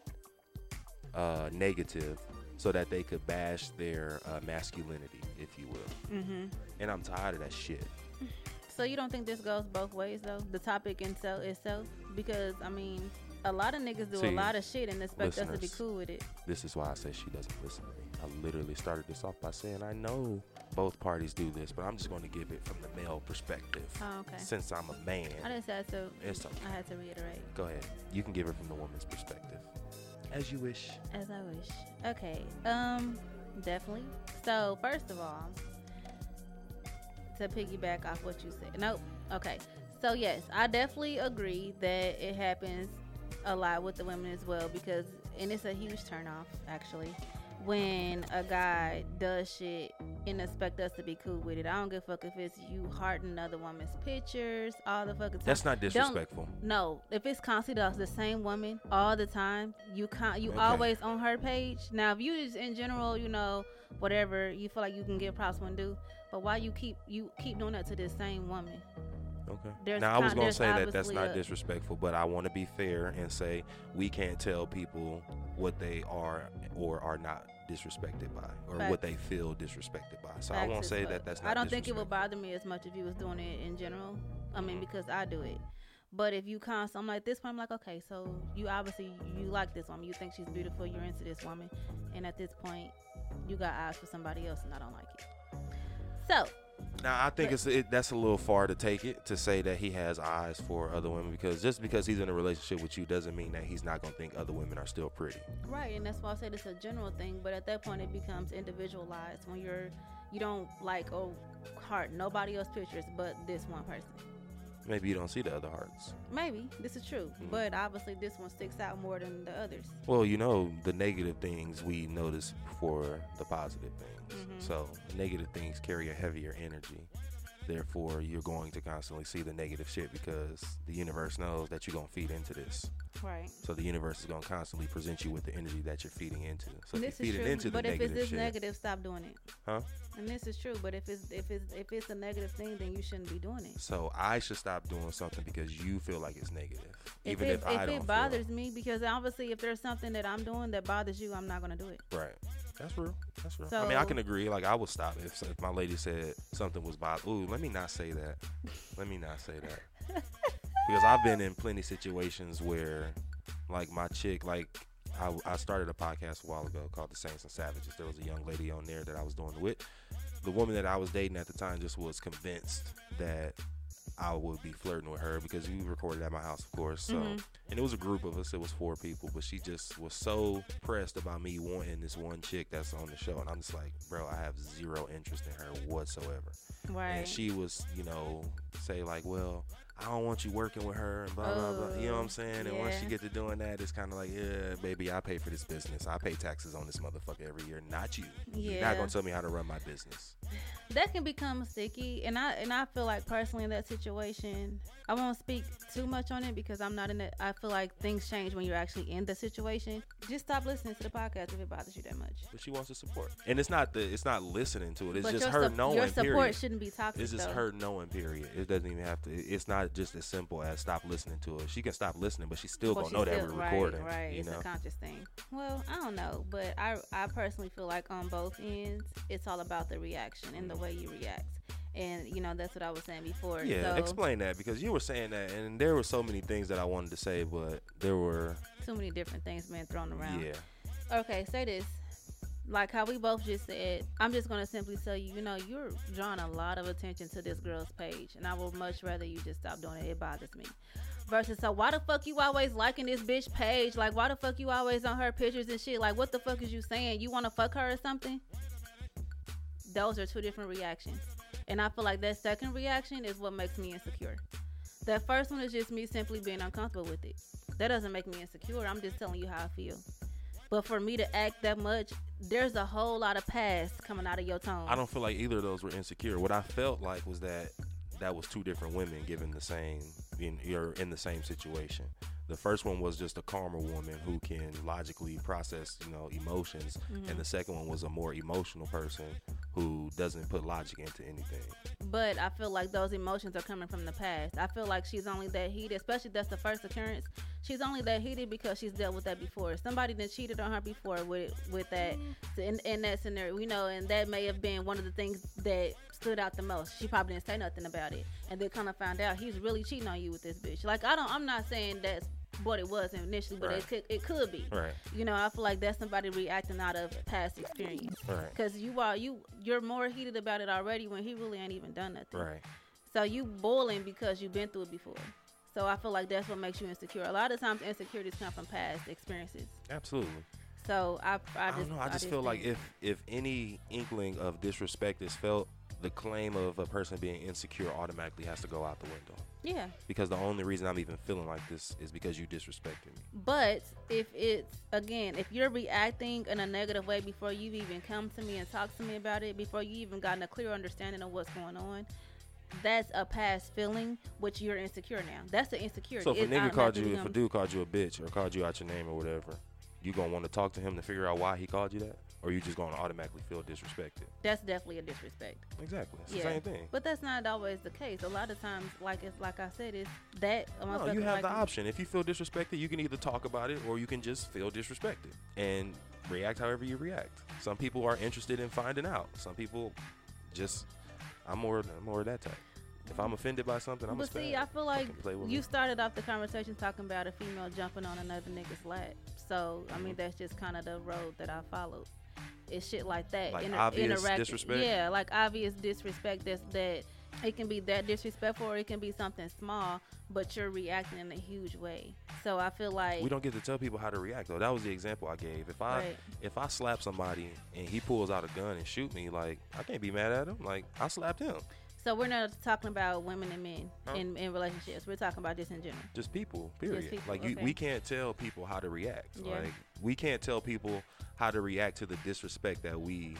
Speaker 1: uh, negative so that they could bash their uh, masculinity, if you will.
Speaker 2: hmm
Speaker 1: And I'm tired of that shit.
Speaker 2: So you don't think this goes both ways though? The topic in itself, itself, because I mean, a lot of niggas do
Speaker 1: See,
Speaker 2: a lot of shit and expect us to be
Speaker 1: listeners.
Speaker 2: cool with it.
Speaker 1: This is why I say she doesn't listen to me. I literally started this off by saying I know both parties do this, but I'm just going to give it from the male perspective.
Speaker 2: Oh, okay.
Speaker 1: Since I'm a man,
Speaker 2: I just had to.
Speaker 1: It's okay.
Speaker 2: I had to reiterate.
Speaker 1: go ahead. You can give it from the woman's perspective. As you wish.
Speaker 2: As I wish. Okay. Um, definitely. So first of all, to piggyback off what you said. Nope. Okay. So yes, I definitely agree that it happens a lot with the women as well because, and it's a huge turnoff actually, when a guy does shit and expect us to be cool with it. I don't give a fuck if it's you hearting another woman's pictures, all the fucking time.
Speaker 1: That's not
Speaker 2: Don't-
Speaker 1: disrespectful.
Speaker 2: no, if it's constantly the, the same woman all the time, you con- you
Speaker 1: Okay.
Speaker 2: always on her page. Now, if you is in general, you know, whatever you feel like you can get props when due, but why you keep you keep doing that to the same woman?
Speaker 1: Okay.
Speaker 2: There's
Speaker 1: Now I was
Speaker 2: con-
Speaker 1: gonna
Speaker 2: there's
Speaker 1: say that that's
Speaker 2: obviously
Speaker 1: not
Speaker 2: a-
Speaker 1: disrespectful, but I want to be fair and say we can't tell people what they are or are not disrespected by, or what
Speaker 2: Facts.
Speaker 1: they feel disrespected by. So I
Speaker 2: Facts
Speaker 1: won't
Speaker 2: as
Speaker 1: say
Speaker 2: fuck.
Speaker 1: that that's not.
Speaker 2: I don't think it would
Speaker 1: disrespectful.
Speaker 2: bother me as much if you was doing it in general. I mean,
Speaker 1: Mhm.
Speaker 2: because I do it. But if you constant, I'm like this point. I'm like, okay, so you obviously you like this woman. You think she's beautiful. You're into this woman, and at this point, you got eyes for somebody else, and I don't like it. So
Speaker 1: Now I think
Speaker 2: But-
Speaker 1: it's it, that's a little far to take it to say that he has eyes for other women because just because he's in a relationship with you doesn't mean that he's not gonna think other women are still pretty.
Speaker 2: Right, and that's why I said it's a general thing, but at that point it becomes individualized when you're you don't like or heart nobody else pictures but this one person.
Speaker 1: Maybe you don't see the other hearts.
Speaker 2: Maybe this is true,
Speaker 1: Mhm.
Speaker 2: but obviously this one sticks out more than the others.
Speaker 1: Well, you know the negative things we notice before the positive things.
Speaker 2: Mhm.
Speaker 1: So negative things carry a heavier energy. Therefore, you're going to constantly see the negative shit because the universe knows that you're gonna feed into this.
Speaker 2: Right.
Speaker 1: So the universe is gonna constantly present you with the energy that you're feeding into. So
Speaker 2: this
Speaker 1: if you
Speaker 2: is
Speaker 1: feed it
Speaker 2: true,
Speaker 1: into
Speaker 2: but
Speaker 1: the
Speaker 2: if it's
Speaker 1: negative
Speaker 2: this
Speaker 1: shit,
Speaker 2: negative, stop doing it.
Speaker 1: huh?
Speaker 2: And this is true, but if it's if it's if it's a negative thing, then you shouldn't be doing it.
Speaker 1: So I should stop doing something because you feel like it's negative,
Speaker 2: If
Speaker 1: even
Speaker 2: it
Speaker 1: if, I don't.
Speaker 2: it
Speaker 1: feel-
Speaker 2: bothers me, because obviously if there's something that I'm doing that bothers you, I'm not gonna do it.
Speaker 1: right? That's real. That's real. I mean, I
Speaker 2: So-
Speaker 1: can agree. Like I would stop if, if my lady said something was bothering. Ooh, let me not say that. Let me not say that
Speaker 2: (laughs)
Speaker 1: because I've been in plenty situations where, like my chick, like. I, I started a podcast a while ago called The Saints and Savages. There was a young lady on there that I was doing it with. The woman that I was dating at the time just was convinced that I would be flirting with her because we recorded at my house, of course. So
Speaker 2: Mhm.
Speaker 1: and it was a group of us. It was four people, but she just was so pressed about me wanting this one chick that's on the show, and I'm just like, bro, I have zero interest in her whatsoever.
Speaker 2: Right.
Speaker 1: And she was, you know, say like, well, I don't want you working with her and blah blah blah. You know what I'm
Speaker 2: Oh,
Speaker 1: saying? And once you
Speaker 2: yeah.
Speaker 1: get to doing that, it's kind of like, yeah, baby, I pay for this business. I pay taxes on this motherfucker every year, not you. You're
Speaker 2: Yeah.
Speaker 1: not gonna tell me how to run my business.
Speaker 2: that can become sticky and i and i feel like personally in that situation i won't speak too much on it because i'm not in it i feel like things change when you're actually in the situation just stop listening to the podcast if it bothers you that much
Speaker 1: But she wants to support, and it's not the, it's not listening to it. It's
Speaker 2: but
Speaker 1: just
Speaker 2: your,
Speaker 1: her
Speaker 2: sup-
Speaker 1: knowing.
Speaker 2: your support
Speaker 1: period.
Speaker 2: shouldn't be toxic
Speaker 1: It's just
Speaker 2: though.
Speaker 1: her knowing, period. It doesn't even have to. It's not just as simple as stop listening to it. She can stop listening, but she's still
Speaker 2: Well,
Speaker 1: gonna
Speaker 2: she
Speaker 1: know that
Speaker 2: still-
Speaker 1: we're
Speaker 2: right,
Speaker 1: recording.
Speaker 2: Right,
Speaker 1: You
Speaker 2: it's
Speaker 1: know,
Speaker 2: a conscious thing. Well, I don't know, but I I personally feel like on both ends, it's all about the reaction and the way you react. And you know that's what I was saying before.
Speaker 1: yeah.
Speaker 2: so,
Speaker 1: Explain that because you were saying that, and there were so many things that I wanted to say, but there were
Speaker 2: Too many different things being thrown around.
Speaker 1: yeah.
Speaker 2: Okay, say this. Like how we both just said, I'm just gonna simply tell you, you know, you're drawing a lot of attention to this girl's page, and I would much rather you just stop doing it. It bothers me. Versus, so why the fuck you always liking this bitch page? Like, why the fuck you always on her pictures and shit? Like, what the fuck is you saying? You want to fuck her or something? Those are two different reactions. And I feel like that second reaction is what makes me insecure. That first one is just me simply being uncomfortable with it. That doesn't make me insecure. I'm just telling you how I feel. But for me to act that much, there's a whole lot of past coming out of your tone.
Speaker 1: I don't feel like either of those were insecure. What I felt like was that that was two different women given the same in you're in the same situation. The first one was just a calmer woman who can logically process, you know, emotions, and the second one was a more emotional person who doesn't put logic into anything.
Speaker 2: But I feel like those emotions are coming from the past. I feel like she's only that heated, especially that's the first occurrence. She's only that heated because she's dealt with that before. Somebody then cheated on her before with with
Speaker 1: Mm.
Speaker 2: that so in, in that scenario, you know, and that may have been one of the things that stood out the most. She probably didn't say nothing about it, and then kind of found out he's really cheating on you with this bitch. Like I don't, I'm not saying that's what it was initially, but
Speaker 1: Right.
Speaker 2: it could it could be.
Speaker 1: Right.
Speaker 2: You know, I feel like that's somebody reacting out of past experience.
Speaker 1: Right.
Speaker 2: Cause you are you you're more heated about it already when he really ain't even done nothing.
Speaker 1: Right.
Speaker 2: So you boiling because you've been through it before. So I feel like that's what makes you insecure. A lot of times insecurities come from past experiences.
Speaker 1: Absolutely.
Speaker 2: So I I
Speaker 1: I,
Speaker 2: just
Speaker 1: don't know. I just feel like
Speaker 2: think-
Speaker 1: if if any inkling of disrespect is felt, the claim of a person being insecure automatically has to go out the window.
Speaker 2: yeah.
Speaker 1: Because the only reason I'm even feeling like this is because you disrespected me.
Speaker 2: But if it's again, if you're reacting in a negative way before you've even come to me and talked to me about it, before you even gotten a clear understanding of what's going on, that's a past feeling which you're insecure now. That's the insecurity.
Speaker 1: So if a
Speaker 2: It's
Speaker 1: nigga called
Speaker 2: automatically
Speaker 1: you, if a
Speaker 2: gonna-
Speaker 1: dude called you a bitch or called you out your name or whatever, you gonna want to talk to him to figure out why he called you that, or you just gonna automatically feel disrespected.
Speaker 2: that's definitely a disrespect.
Speaker 1: Exactly. It's
Speaker 2: yeah.
Speaker 1: the same thing.
Speaker 2: But that's not always the case. A lot of times, like it's like I said, it's that. a
Speaker 1: No,
Speaker 2: motherfucker
Speaker 1: you have
Speaker 2: like
Speaker 1: the option. If you feel disrespected, you can either talk about it or you can just feel disrespected and react however you react. Some people are interested in finding out. Some people just I'm more I'm more of that type. If I'm offended by something, I'm
Speaker 2: But
Speaker 1: offended.
Speaker 2: see, I feel like
Speaker 1: Fucking play with me.
Speaker 2: you started off the conversation talking about a female jumping on another nigga's lap. So I
Speaker 1: Mm-hmm.
Speaker 2: mean, that's just kind of the road that I followed. It's shit like that.
Speaker 1: Like obvious disrespect?
Speaker 2: Yeah, like obvious disrespect. That's that. It can be that disrespectful, or it can be something small, but you're reacting in a huge way. So I feel like
Speaker 1: we don't get to tell people how to react though. That was the example I gave. If I
Speaker 2: Right.
Speaker 1: if I slap somebody and he pulls out a gun and shoot me, like I can't be mad at him. Like I slapped him.
Speaker 2: So we're not talking about women and men
Speaker 1: Huh?
Speaker 2: in, in relationships. We're talking about this in general.
Speaker 1: just people period
Speaker 2: people,
Speaker 1: like you,
Speaker 2: okay.
Speaker 1: we can't tell people how to react
Speaker 2: Yeah.
Speaker 1: like we can't tell people how to react to the disrespect that we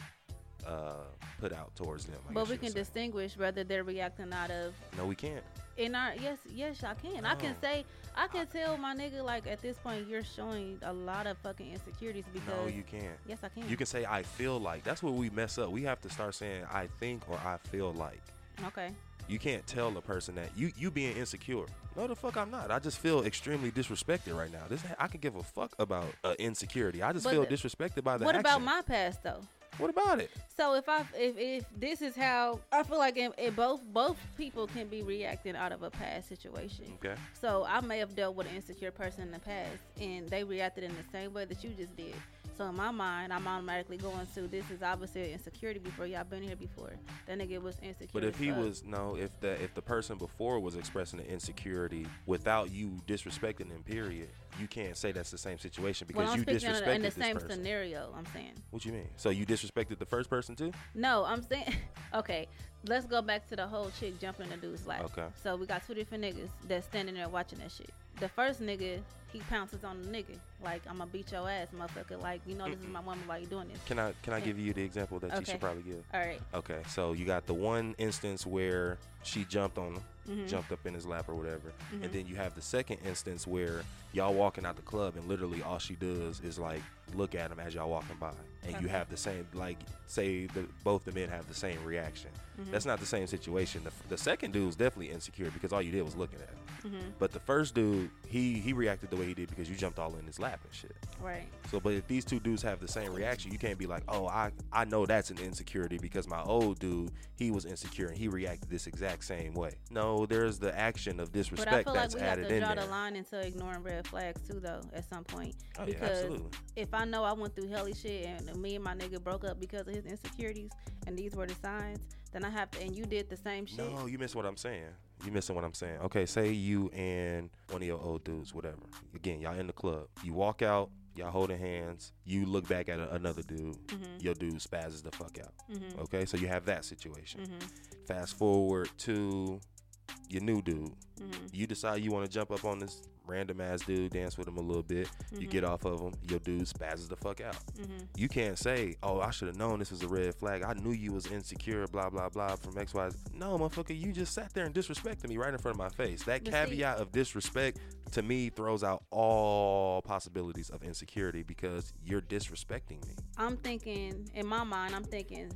Speaker 1: uh put out towards them I
Speaker 2: but
Speaker 1: guess
Speaker 2: we
Speaker 1: you'd
Speaker 2: can
Speaker 1: say.
Speaker 2: distinguish whether they're reacting out of
Speaker 1: no we can't
Speaker 2: in our yes yes I can I can
Speaker 1: No.
Speaker 2: say I can tell my nigga like at this point you're showing a lot of fucking insecurities because
Speaker 1: no you can't
Speaker 2: yes I can
Speaker 1: you can say i feel like that's what we mess up we have to start saying i think or i feel like
Speaker 2: okay
Speaker 1: you can't tell a person that you you being insecure no the fuck i'm not i just feel extremely disrespected right now this i can give a fuck about uh, insecurity i just
Speaker 2: But
Speaker 1: feel
Speaker 2: the-
Speaker 1: disrespected by the
Speaker 2: what about
Speaker 1: action.
Speaker 2: my past though
Speaker 1: what about it
Speaker 2: so if I if, if this is how I feel like in, in both both people can be reacting out of a past situation
Speaker 1: okay
Speaker 2: So I may have dealt with an insecure person in the past, and they reacted in the same way that you just did. So in my mind, I'm automatically going to this is obviously an insecurity before y'all been here before. That nigga was insecure.
Speaker 1: But if
Speaker 2: as
Speaker 1: he
Speaker 2: fuck.
Speaker 1: was no, if the if the person before was expressing the insecurity without you disrespecting them, period, you can't say that's the same situation
Speaker 2: well,
Speaker 1: because
Speaker 2: I'm
Speaker 1: you
Speaker 2: speaking
Speaker 1: disrespected
Speaker 2: in, in the
Speaker 1: this
Speaker 2: same
Speaker 1: person.
Speaker 2: scenario, I'm saying.
Speaker 1: What you mean? So you disrespected the first person too?
Speaker 2: No, I'm saying (laughs) okay. Let's go back to the whole chick jumping the dude's lap.
Speaker 1: Okay.
Speaker 2: So we got two different niggas that's standing there watching that shit. The first nigga, he pounces on the nigga like I'm gonna beat your ass, motherfucker. Like you know this is my woman. Why you doing this?
Speaker 1: Can I can I
Speaker 2: Yeah.
Speaker 1: give you the example that you
Speaker 2: Okay.
Speaker 1: should probably give?
Speaker 2: All right.
Speaker 1: Okay, so you got the one instance where she jumped on him,
Speaker 2: Mhm.
Speaker 1: jumped up in his lap or whatever, and then you have the second instance where y'all walking out the club and literally all she does is like look at him as y'all walking by, and you
Speaker 2: Okay.
Speaker 1: have the same like say the both the men have the same reaction. That's not the same situation. The, the second dude's definitely insecure because all you did was looking at him, but the first dude he he reacted the way he did because you jumped all in his lap and shit.
Speaker 2: Right.
Speaker 1: So, but if these two dudes have the same reaction, you can't be like, oh, I, I know that's an insecurity because my old dude, he was insecure and he reacted this exact same way. No, there's the action of
Speaker 2: But I
Speaker 1: disrespect
Speaker 2: feel like
Speaker 1: that's
Speaker 2: we have
Speaker 1: added
Speaker 2: to
Speaker 1: in
Speaker 2: draw
Speaker 1: there.
Speaker 2: the line into ignoring red flags too, though, at some point.
Speaker 1: Oh, yeah,
Speaker 2: because
Speaker 1: absolutely.
Speaker 2: if I know I went through helly shit and me and my nigga broke up because of his insecurities, and these were the signs, then I have to. And you did the same shit.
Speaker 1: No, you miss what I'm saying. You missing what I'm saying? Okay, say you and one of your old dudes, whatever. Again, y'all in the club. You walk out, y'all holding hands. You look back at a, another dude.
Speaker 2: Mm-hmm,
Speaker 1: Your dude spazzes the fuck out.
Speaker 2: Mm.
Speaker 1: Okay, so you have that situation.
Speaker 2: mm-hmm,
Speaker 1: Fast forward to your new dude.
Speaker 2: mm-hmm,
Speaker 1: You decide you want to jump up on this random ass dude, dance with him a little bit.
Speaker 2: mm-hmm,
Speaker 1: You get off of him. Your dude spazzes the fuck out. You can't say, "Oh, I should have known this was a red flag. I knew you was insecure." Blah blah blah. From X Y Z. No, motherfucker, you just sat there and disrespected me right in front of my face. That
Speaker 2: But see-
Speaker 1: caveat of disrespect to me throws out all possibilities of insecurity because you're disrespecting me.
Speaker 2: I'm thinking in my mind. I'm thinking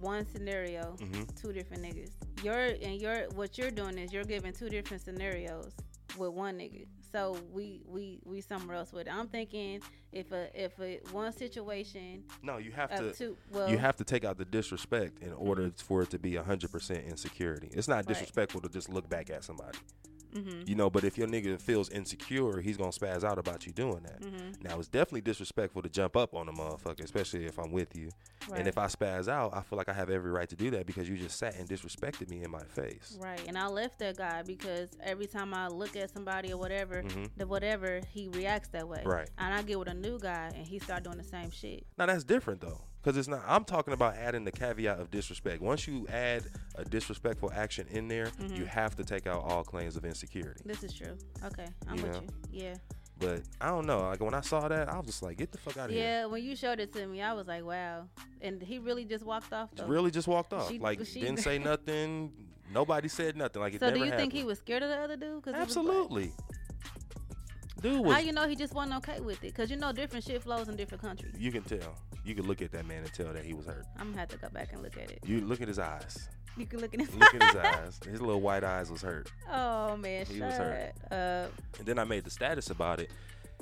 Speaker 2: one scenario,
Speaker 1: Mhm.
Speaker 2: two different niggas. Your and your what you're doing is you're giving two different scenarios with one nigga. So we we we somewhere else with. It. I'm thinking if a if a one situation
Speaker 1: No, you have to.
Speaker 2: of two. Well,
Speaker 1: you have to take out the disrespect in order for it to be 100% insecurity. It's not disrespectful to just look back at somebody.
Speaker 2: Mhm.
Speaker 1: You know, but if your nigga feels insecure, he's going to spaz out about you doing that.
Speaker 2: Mm-hmm.
Speaker 1: Now, it's definitely disrespectful to jump up on a motherfucker, especially if I'm with you.
Speaker 2: Right.
Speaker 1: And if I spaz out, I feel like I have every right to do that because you just sat and disrespected me in my face.
Speaker 2: Right, and I left that guy because every time I look at somebody or whatever,
Speaker 1: Mhm.
Speaker 2: the whatever he reacts that way.
Speaker 1: Right.
Speaker 2: and I get with a new guy and he start doing the same shit.
Speaker 1: Now that's different though, because it's not. I'm talking about adding the caveat of disrespect. Once you add a disrespectful action in there,
Speaker 2: Mm-hmm.
Speaker 1: you have to take out all claims of insecurity.
Speaker 2: This is true. Okay, I'm
Speaker 1: You
Speaker 2: with
Speaker 1: know?
Speaker 2: you. Yeah,
Speaker 1: But I don't know. Like when I saw that, I was just like, get the fuck out of here.
Speaker 2: yeah. When you showed it to me, I was like, wow. And he really just walked off though.
Speaker 1: Just Really just walked off.
Speaker 2: She-
Speaker 1: like
Speaker 2: she- (laughs)
Speaker 1: didn't say nothing. Nobody said nothing. Like it
Speaker 2: so
Speaker 1: never
Speaker 2: do you
Speaker 1: happened.
Speaker 2: think he was scared of the other dude? 'Cause he was black.
Speaker 1: Absolutely. Dude was
Speaker 2: How you know he just wasn't okay with it? Cause you know different shit flows in different countries.
Speaker 1: you can tell. You can look at that man and tell that he was hurt.
Speaker 2: I'm gonna have to go back and look at it.
Speaker 1: You look at his eyes.
Speaker 2: You can look in his
Speaker 1: Look at his eyes. His little white eyes was hurt.
Speaker 2: (laughs) Oh man,
Speaker 1: He
Speaker 2: shut
Speaker 1: was hurt.
Speaker 2: up.
Speaker 1: And then I made the status about it.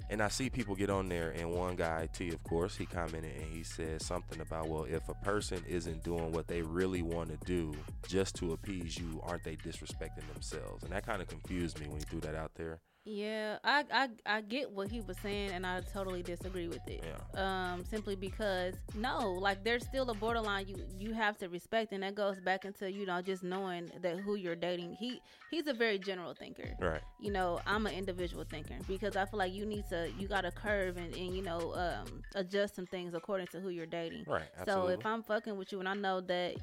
Speaker 1: And I see people get on there, and one guy, T, of course, he commented and he said something about, well, if a person isn't doing what they really want to do just to appease you, aren't they disrespecting themselves? And that kind of confused me when he threw that out there.
Speaker 2: Yeah, I, I I get what he was saying, and I totally disagree with it. Um, simply because no, like there's still a borderline you you have to respect, and that goes back into you know just knowing that who you're dating. He he's a very general thinker.
Speaker 1: Right.
Speaker 2: You know, I'm an individual thinker because I feel like you need to you got to curve and and you know um adjust some things according to who you're dating.
Speaker 1: Right.
Speaker 2: So if I'm fucking with you and I know that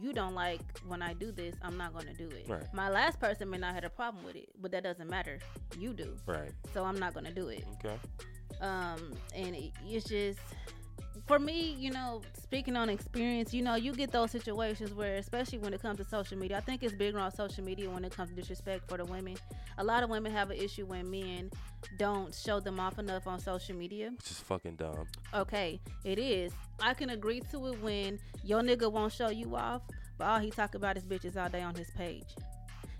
Speaker 2: you don't like when I do this, I'm not gonna do it.
Speaker 1: Right.
Speaker 2: My last person may not had a problem with it, but that doesn't matter. You do,
Speaker 1: Right.
Speaker 2: so I'm not gonna do it.
Speaker 1: Okay.
Speaker 2: Um, and it, it's just for me, you know, speaking on experience, you know, you get those situations where, especially when it comes to social media, I think it's bigger on social media when it comes to disrespect for the women. A lot of women have an issue when men don't show them off enough on social media.
Speaker 1: Which is fucking dumb.
Speaker 2: Okay, it is. I can agree to it when your nigga won't show you off, but all he talk about is bitches all day on his page.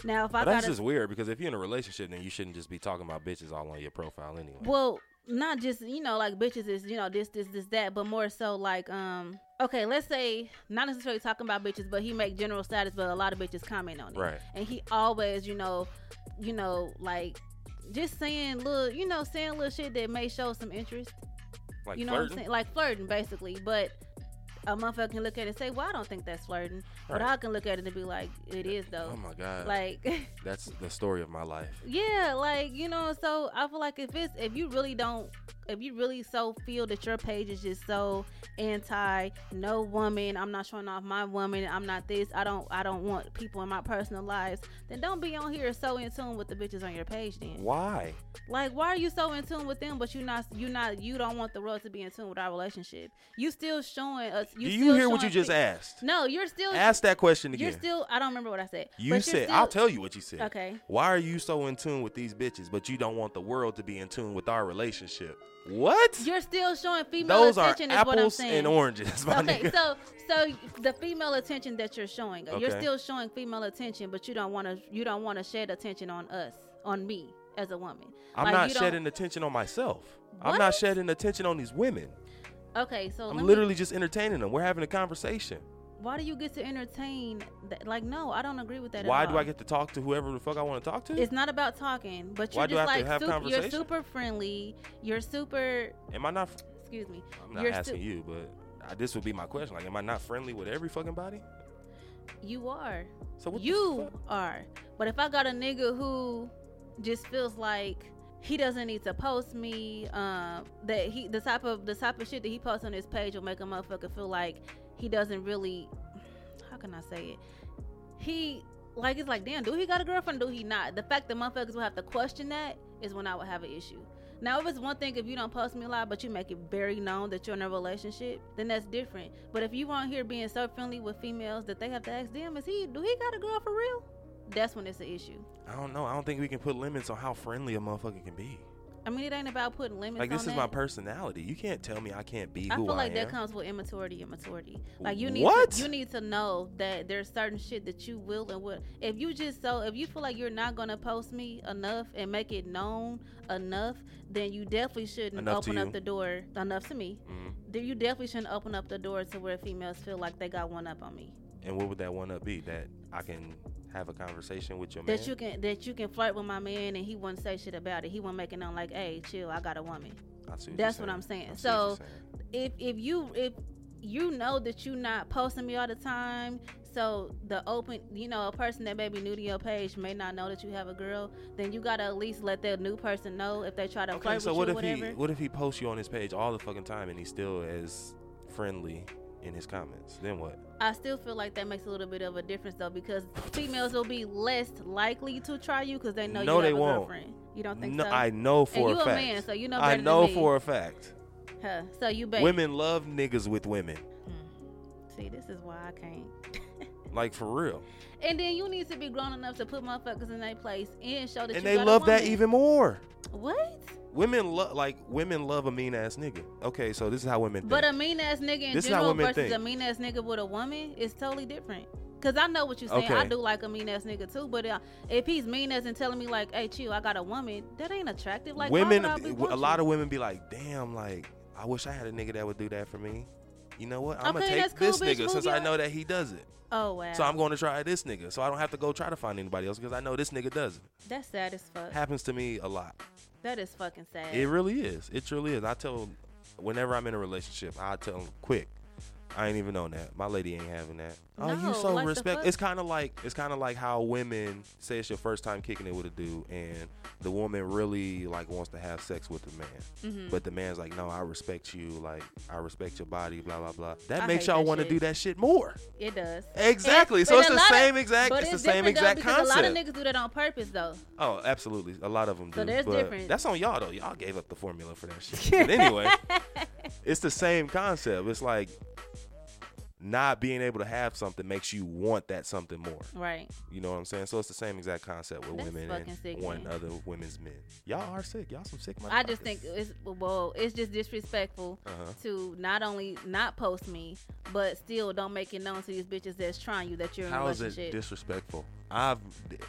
Speaker 2: Now, if I
Speaker 1: But that's
Speaker 2: got
Speaker 1: just
Speaker 2: to,
Speaker 1: weird because if you're in a relationship, then you shouldn't just be talking about bitches all on your profile anyway.
Speaker 2: well, not just you know like bitches is you know this this this that, but more so like um okay, let's say not necessarily talking about bitches, but he make general status, but a lot of bitches comment on it,
Speaker 1: Right.
Speaker 2: And he always you know, you know like just saying little you know saying little shit that may show some interest.
Speaker 1: Like
Speaker 2: you know what I'm
Speaker 1: flirting.
Speaker 2: saying? Like flirting, basically. But a motherfucker can look at it and say, "Well, I don't think that's flirting," but
Speaker 1: Right.
Speaker 2: I can look at it and be like, "It is though."
Speaker 1: Oh my god.
Speaker 2: like, (laughs)
Speaker 1: that's the story of my life.
Speaker 2: yeah, like you know. So I feel like if it's if you really don't, if you really so feel that your page is just so anti no woman, I'm not showing off my woman, I'm not this, I don't, I don't want people in my personal lives, then don't be on here so in tune with the bitches on your page then.
Speaker 1: Why?
Speaker 2: Like, why are you so in tune with them, but you not you not you don't want the world to be in tune with our relationship? You still showing us. You
Speaker 1: Do
Speaker 2: still
Speaker 1: you hear what you
Speaker 2: showing
Speaker 1: just
Speaker 2: pe-
Speaker 1: asked?
Speaker 2: No, you're still
Speaker 1: Ask that question
Speaker 2: you're
Speaker 1: again.
Speaker 2: still. I don't remember what I said. but
Speaker 1: you
Speaker 2: you're
Speaker 1: said,
Speaker 2: still-
Speaker 1: I'll tell you what you said.
Speaker 2: Okay.
Speaker 1: Why are you so in tune with these bitches, but you don't want the world to be in tune with our relationship? What?
Speaker 2: You're still showing female
Speaker 1: Those are
Speaker 2: attention. is what I'm
Speaker 1: apples
Speaker 2: saying.
Speaker 1: and oranges, my
Speaker 2: Okay,
Speaker 1: nigga.
Speaker 2: so so the female attention that you're showing, you're
Speaker 1: Okay.
Speaker 2: still showing female attention, but you don't want to you don't want to shed attention on us, on me as a woman.
Speaker 1: I'm
Speaker 2: Like,
Speaker 1: not
Speaker 2: you don't-
Speaker 1: shedding attention on myself. I'm not
Speaker 2: What?
Speaker 1: shedding attention on these women.
Speaker 2: Okay, so let
Speaker 1: I'm
Speaker 2: me-
Speaker 1: literally just entertaining them. We're having a conversation.
Speaker 2: why do you get to entertain? That? Like, no, I don't agree with that. at
Speaker 1: Why do
Speaker 2: all.
Speaker 1: I get to talk to whoever the fuck I want to talk to?
Speaker 2: It's not about talking, but you're
Speaker 1: Why do I have
Speaker 2: just
Speaker 1: to
Speaker 2: like
Speaker 1: have
Speaker 2: sup- you're
Speaker 1: conversation?
Speaker 2: super friendly. You're super.
Speaker 1: Am I not?
Speaker 2: Excuse me.
Speaker 1: I'm not
Speaker 2: you're
Speaker 1: asking uh,
Speaker 2: su-
Speaker 1: you, but I, this would be my question. Like, am I not friendly with every fucking body?
Speaker 2: You are.
Speaker 1: So what the
Speaker 2: you
Speaker 1: fuck?
Speaker 2: are. But if I got a nigga who just feels like he doesn't need to post me, um, that he the type of the type of shit that he posts on his page will make a motherfucker feel like he doesn't really. How can I say it? He like it's like damn, do he got a girlfriend? Do he not? The fact that motherfuckers will have to question that is when I would have an issue. Now, if it's one thing if you don't post me a lot, but you make it very known that you're in a relationship, then that's different. But if you on here being so friendly with females that they have to ask them, is he do he got a girl for real? That's when it's an issue.
Speaker 1: I don't know. I don't think we can put limits on how friendly a motherfucker can be.
Speaker 2: I mean, it ain't about putting limits.
Speaker 1: Like this
Speaker 2: on
Speaker 1: is my
Speaker 2: that.
Speaker 1: personality. You can't tell me I can't be
Speaker 2: I
Speaker 1: who
Speaker 2: feel like
Speaker 1: I
Speaker 2: that
Speaker 1: am.
Speaker 2: comes with immaturity and maturity. Like you need
Speaker 1: What?
Speaker 2: To, you need to know that there's certain shit that you will and would. If you just so if you feel like you're not gonna post me enough and make it known enough, then you definitely shouldn't
Speaker 1: Enough to
Speaker 2: open up
Speaker 1: you.
Speaker 2: the door enough to me.
Speaker 1: Mhm.
Speaker 2: Then you definitely shouldn't open up the door to where females feel like they got one up on me.
Speaker 1: And what would that one up be? That I can have a conversation with your man.
Speaker 2: That you can that you can flirt with my man and he wouldn't say shit about it. He won't make it known like, hey, chill, I got a woman.
Speaker 1: I see
Speaker 2: that's
Speaker 1: you're
Speaker 2: what I'm saying.
Speaker 1: I see what you're
Speaker 2: So- if if you if you know that you not posting me all the time so the open you know a person that may be new to your page may not know that you have a girl then you gotta at least let that new person know if they try to
Speaker 1: okay,
Speaker 2: flirt
Speaker 1: so
Speaker 2: with
Speaker 1: what
Speaker 2: you
Speaker 1: if
Speaker 2: or whatever
Speaker 1: he what if he posts you on his page all the fucking time and he's still as friendly in his comments? Then what?
Speaker 2: i still feel like that makes a little bit of a difference though because females will be less likely to try you because they know
Speaker 1: No,
Speaker 2: you have
Speaker 1: they
Speaker 2: a
Speaker 1: won't.
Speaker 2: girlfriend you don't think
Speaker 1: no,
Speaker 2: so
Speaker 1: I know for
Speaker 2: and you
Speaker 1: a
Speaker 2: a
Speaker 1: fact.
Speaker 2: man so you know better
Speaker 1: I know
Speaker 2: than me.
Speaker 1: for a fact.
Speaker 2: huh. so you bet
Speaker 1: Women love niggas with women.
Speaker 2: see this is why i can't
Speaker 1: Like for real.
Speaker 2: and then you need to be grown enough to put motherfuckers in their place and show that you
Speaker 1: and they
Speaker 2: got a
Speaker 1: love that
Speaker 2: woman.
Speaker 1: even more.
Speaker 2: what
Speaker 1: Women love like women love a mean ass nigga. Okay, so this is how women think.
Speaker 2: But um, a mean ass nigga in
Speaker 1: This is how
Speaker 2: general
Speaker 1: women
Speaker 2: versus
Speaker 1: think.
Speaker 2: a mean ass nigga with a woman is totally different. Cause I know what you're saying. I
Speaker 1: Okay.
Speaker 2: do like a mean ass nigga too. But uh, if he's mean as and telling me like, "Hey, chill, I got a woman," that ain't attractive. Like why
Speaker 1: women,
Speaker 2: would I be
Speaker 1: a
Speaker 2: want
Speaker 1: lot
Speaker 2: you?
Speaker 1: of women be like, damn, like I wish I had a nigga that would do that for me. You know what? I'm
Speaker 2: Okay,
Speaker 1: gonna
Speaker 2: that's
Speaker 1: take
Speaker 2: cool,
Speaker 1: this
Speaker 2: bitch.
Speaker 1: nigga
Speaker 2: Move
Speaker 1: since
Speaker 2: your-
Speaker 1: I know that he does it.
Speaker 2: Oh wow,
Speaker 1: So I'm going to try this nigga, so I don't have to go try to find anybody else because I know this nigga does it.
Speaker 2: that's sad as fuck.
Speaker 1: Happens to me a lot.
Speaker 2: That is fucking sad.
Speaker 1: It really is. It truly is. I tell, whenever I'm in a relationship, I tell them quick. I ain't even on that. My lady ain't having that. oh,
Speaker 2: No,
Speaker 1: you so
Speaker 2: what the
Speaker 1: respect.
Speaker 2: fuck?
Speaker 1: It's kind of like it's kind of like how women say it's your first time kicking it with a dude, and the woman really like wants to have sex with the man,
Speaker 2: Mhm.
Speaker 1: but the man's like, no, I respect you. Like I respect your body. Blah blah blah. That
Speaker 2: I
Speaker 1: makes
Speaker 2: hate
Speaker 1: y'all
Speaker 2: that
Speaker 1: want to
Speaker 2: shit.
Speaker 1: do that shit more.
Speaker 2: It does.
Speaker 1: Exactly.
Speaker 2: And-
Speaker 1: so
Speaker 2: but
Speaker 1: it's
Speaker 2: a
Speaker 1: the
Speaker 2: lot of-
Speaker 1: same exact.
Speaker 2: but
Speaker 1: It's the same
Speaker 2: different, though,
Speaker 1: exact
Speaker 2: because
Speaker 1: concept.
Speaker 2: A lot of niggas do that on purpose though.
Speaker 1: Oh, absolutely. A lot of them do.
Speaker 2: So there's
Speaker 1: but
Speaker 2: difference.
Speaker 1: That's on y'all though. Y'all gave up the formula for that shit.
Speaker 2: (laughs)
Speaker 1: But anyway, it's the same concept. It's like not being able to have something makes you want that something more.
Speaker 2: Right.
Speaker 1: You know what I'm saying? So it's the same exact concept with
Speaker 2: That's
Speaker 1: women
Speaker 2: fucking
Speaker 1: and
Speaker 2: sick,
Speaker 1: one
Speaker 2: man.
Speaker 1: other women's men. Y'all are sick. Y'all some sick
Speaker 2: I just
Speaker 1: motherfuckers.
Speaker 2: think uh, it's well, it's just disrespectful
Speaker 1: Uh-huh.
Speaker 2: to not only not post me, but still don't make it known to these bitches that's trying you that you're in a
Speaker 1: How is
Speaker 2: relationship.
Speaker 1: it disrespectful? I've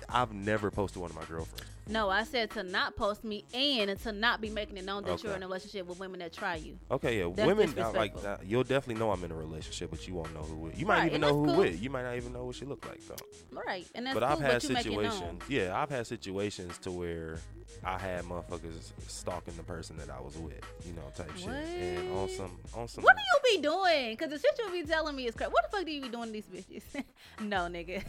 Speaker 1: I've never posted one of my girlfriends.
Speaker 2: no, I said to not post me and to not be making it known that you're
Speaker 1: Okay.
Speaker 2: in a relationship with women that try you.
Speaker 1: Okay, yeah,
Speaker 2: That's
Speaker 1: women uh, like
Speaker 2: disrespectful.
Speaker 1: uh, you'll definitely know I'm in a relationship, but you won't know who it. You might
Speaker 2: Right,
Speaker 1: even
Speaker 2: and
Speaker 1: know who
Speaker 2: that's cool.
Speaker 1: it. You might not even know what she looked like though.
Speaker 2: Right. And that's
Speaker 1: but
Speaker 2: cool,
Speaker 1: I've had
Speaker 2: but you make it known.
Speaker 1: situations. Yeah, I've had situations to where I had motherfuckers stalking the person that I was with, you know, type shit. And on
Speaker 2: What?
Speaker 1: some on some
Speaker 2: What do you be doing? Cause the shit you be telling me is crap. What the fuck do you be doing to these bitches? (laughs) no, nigga.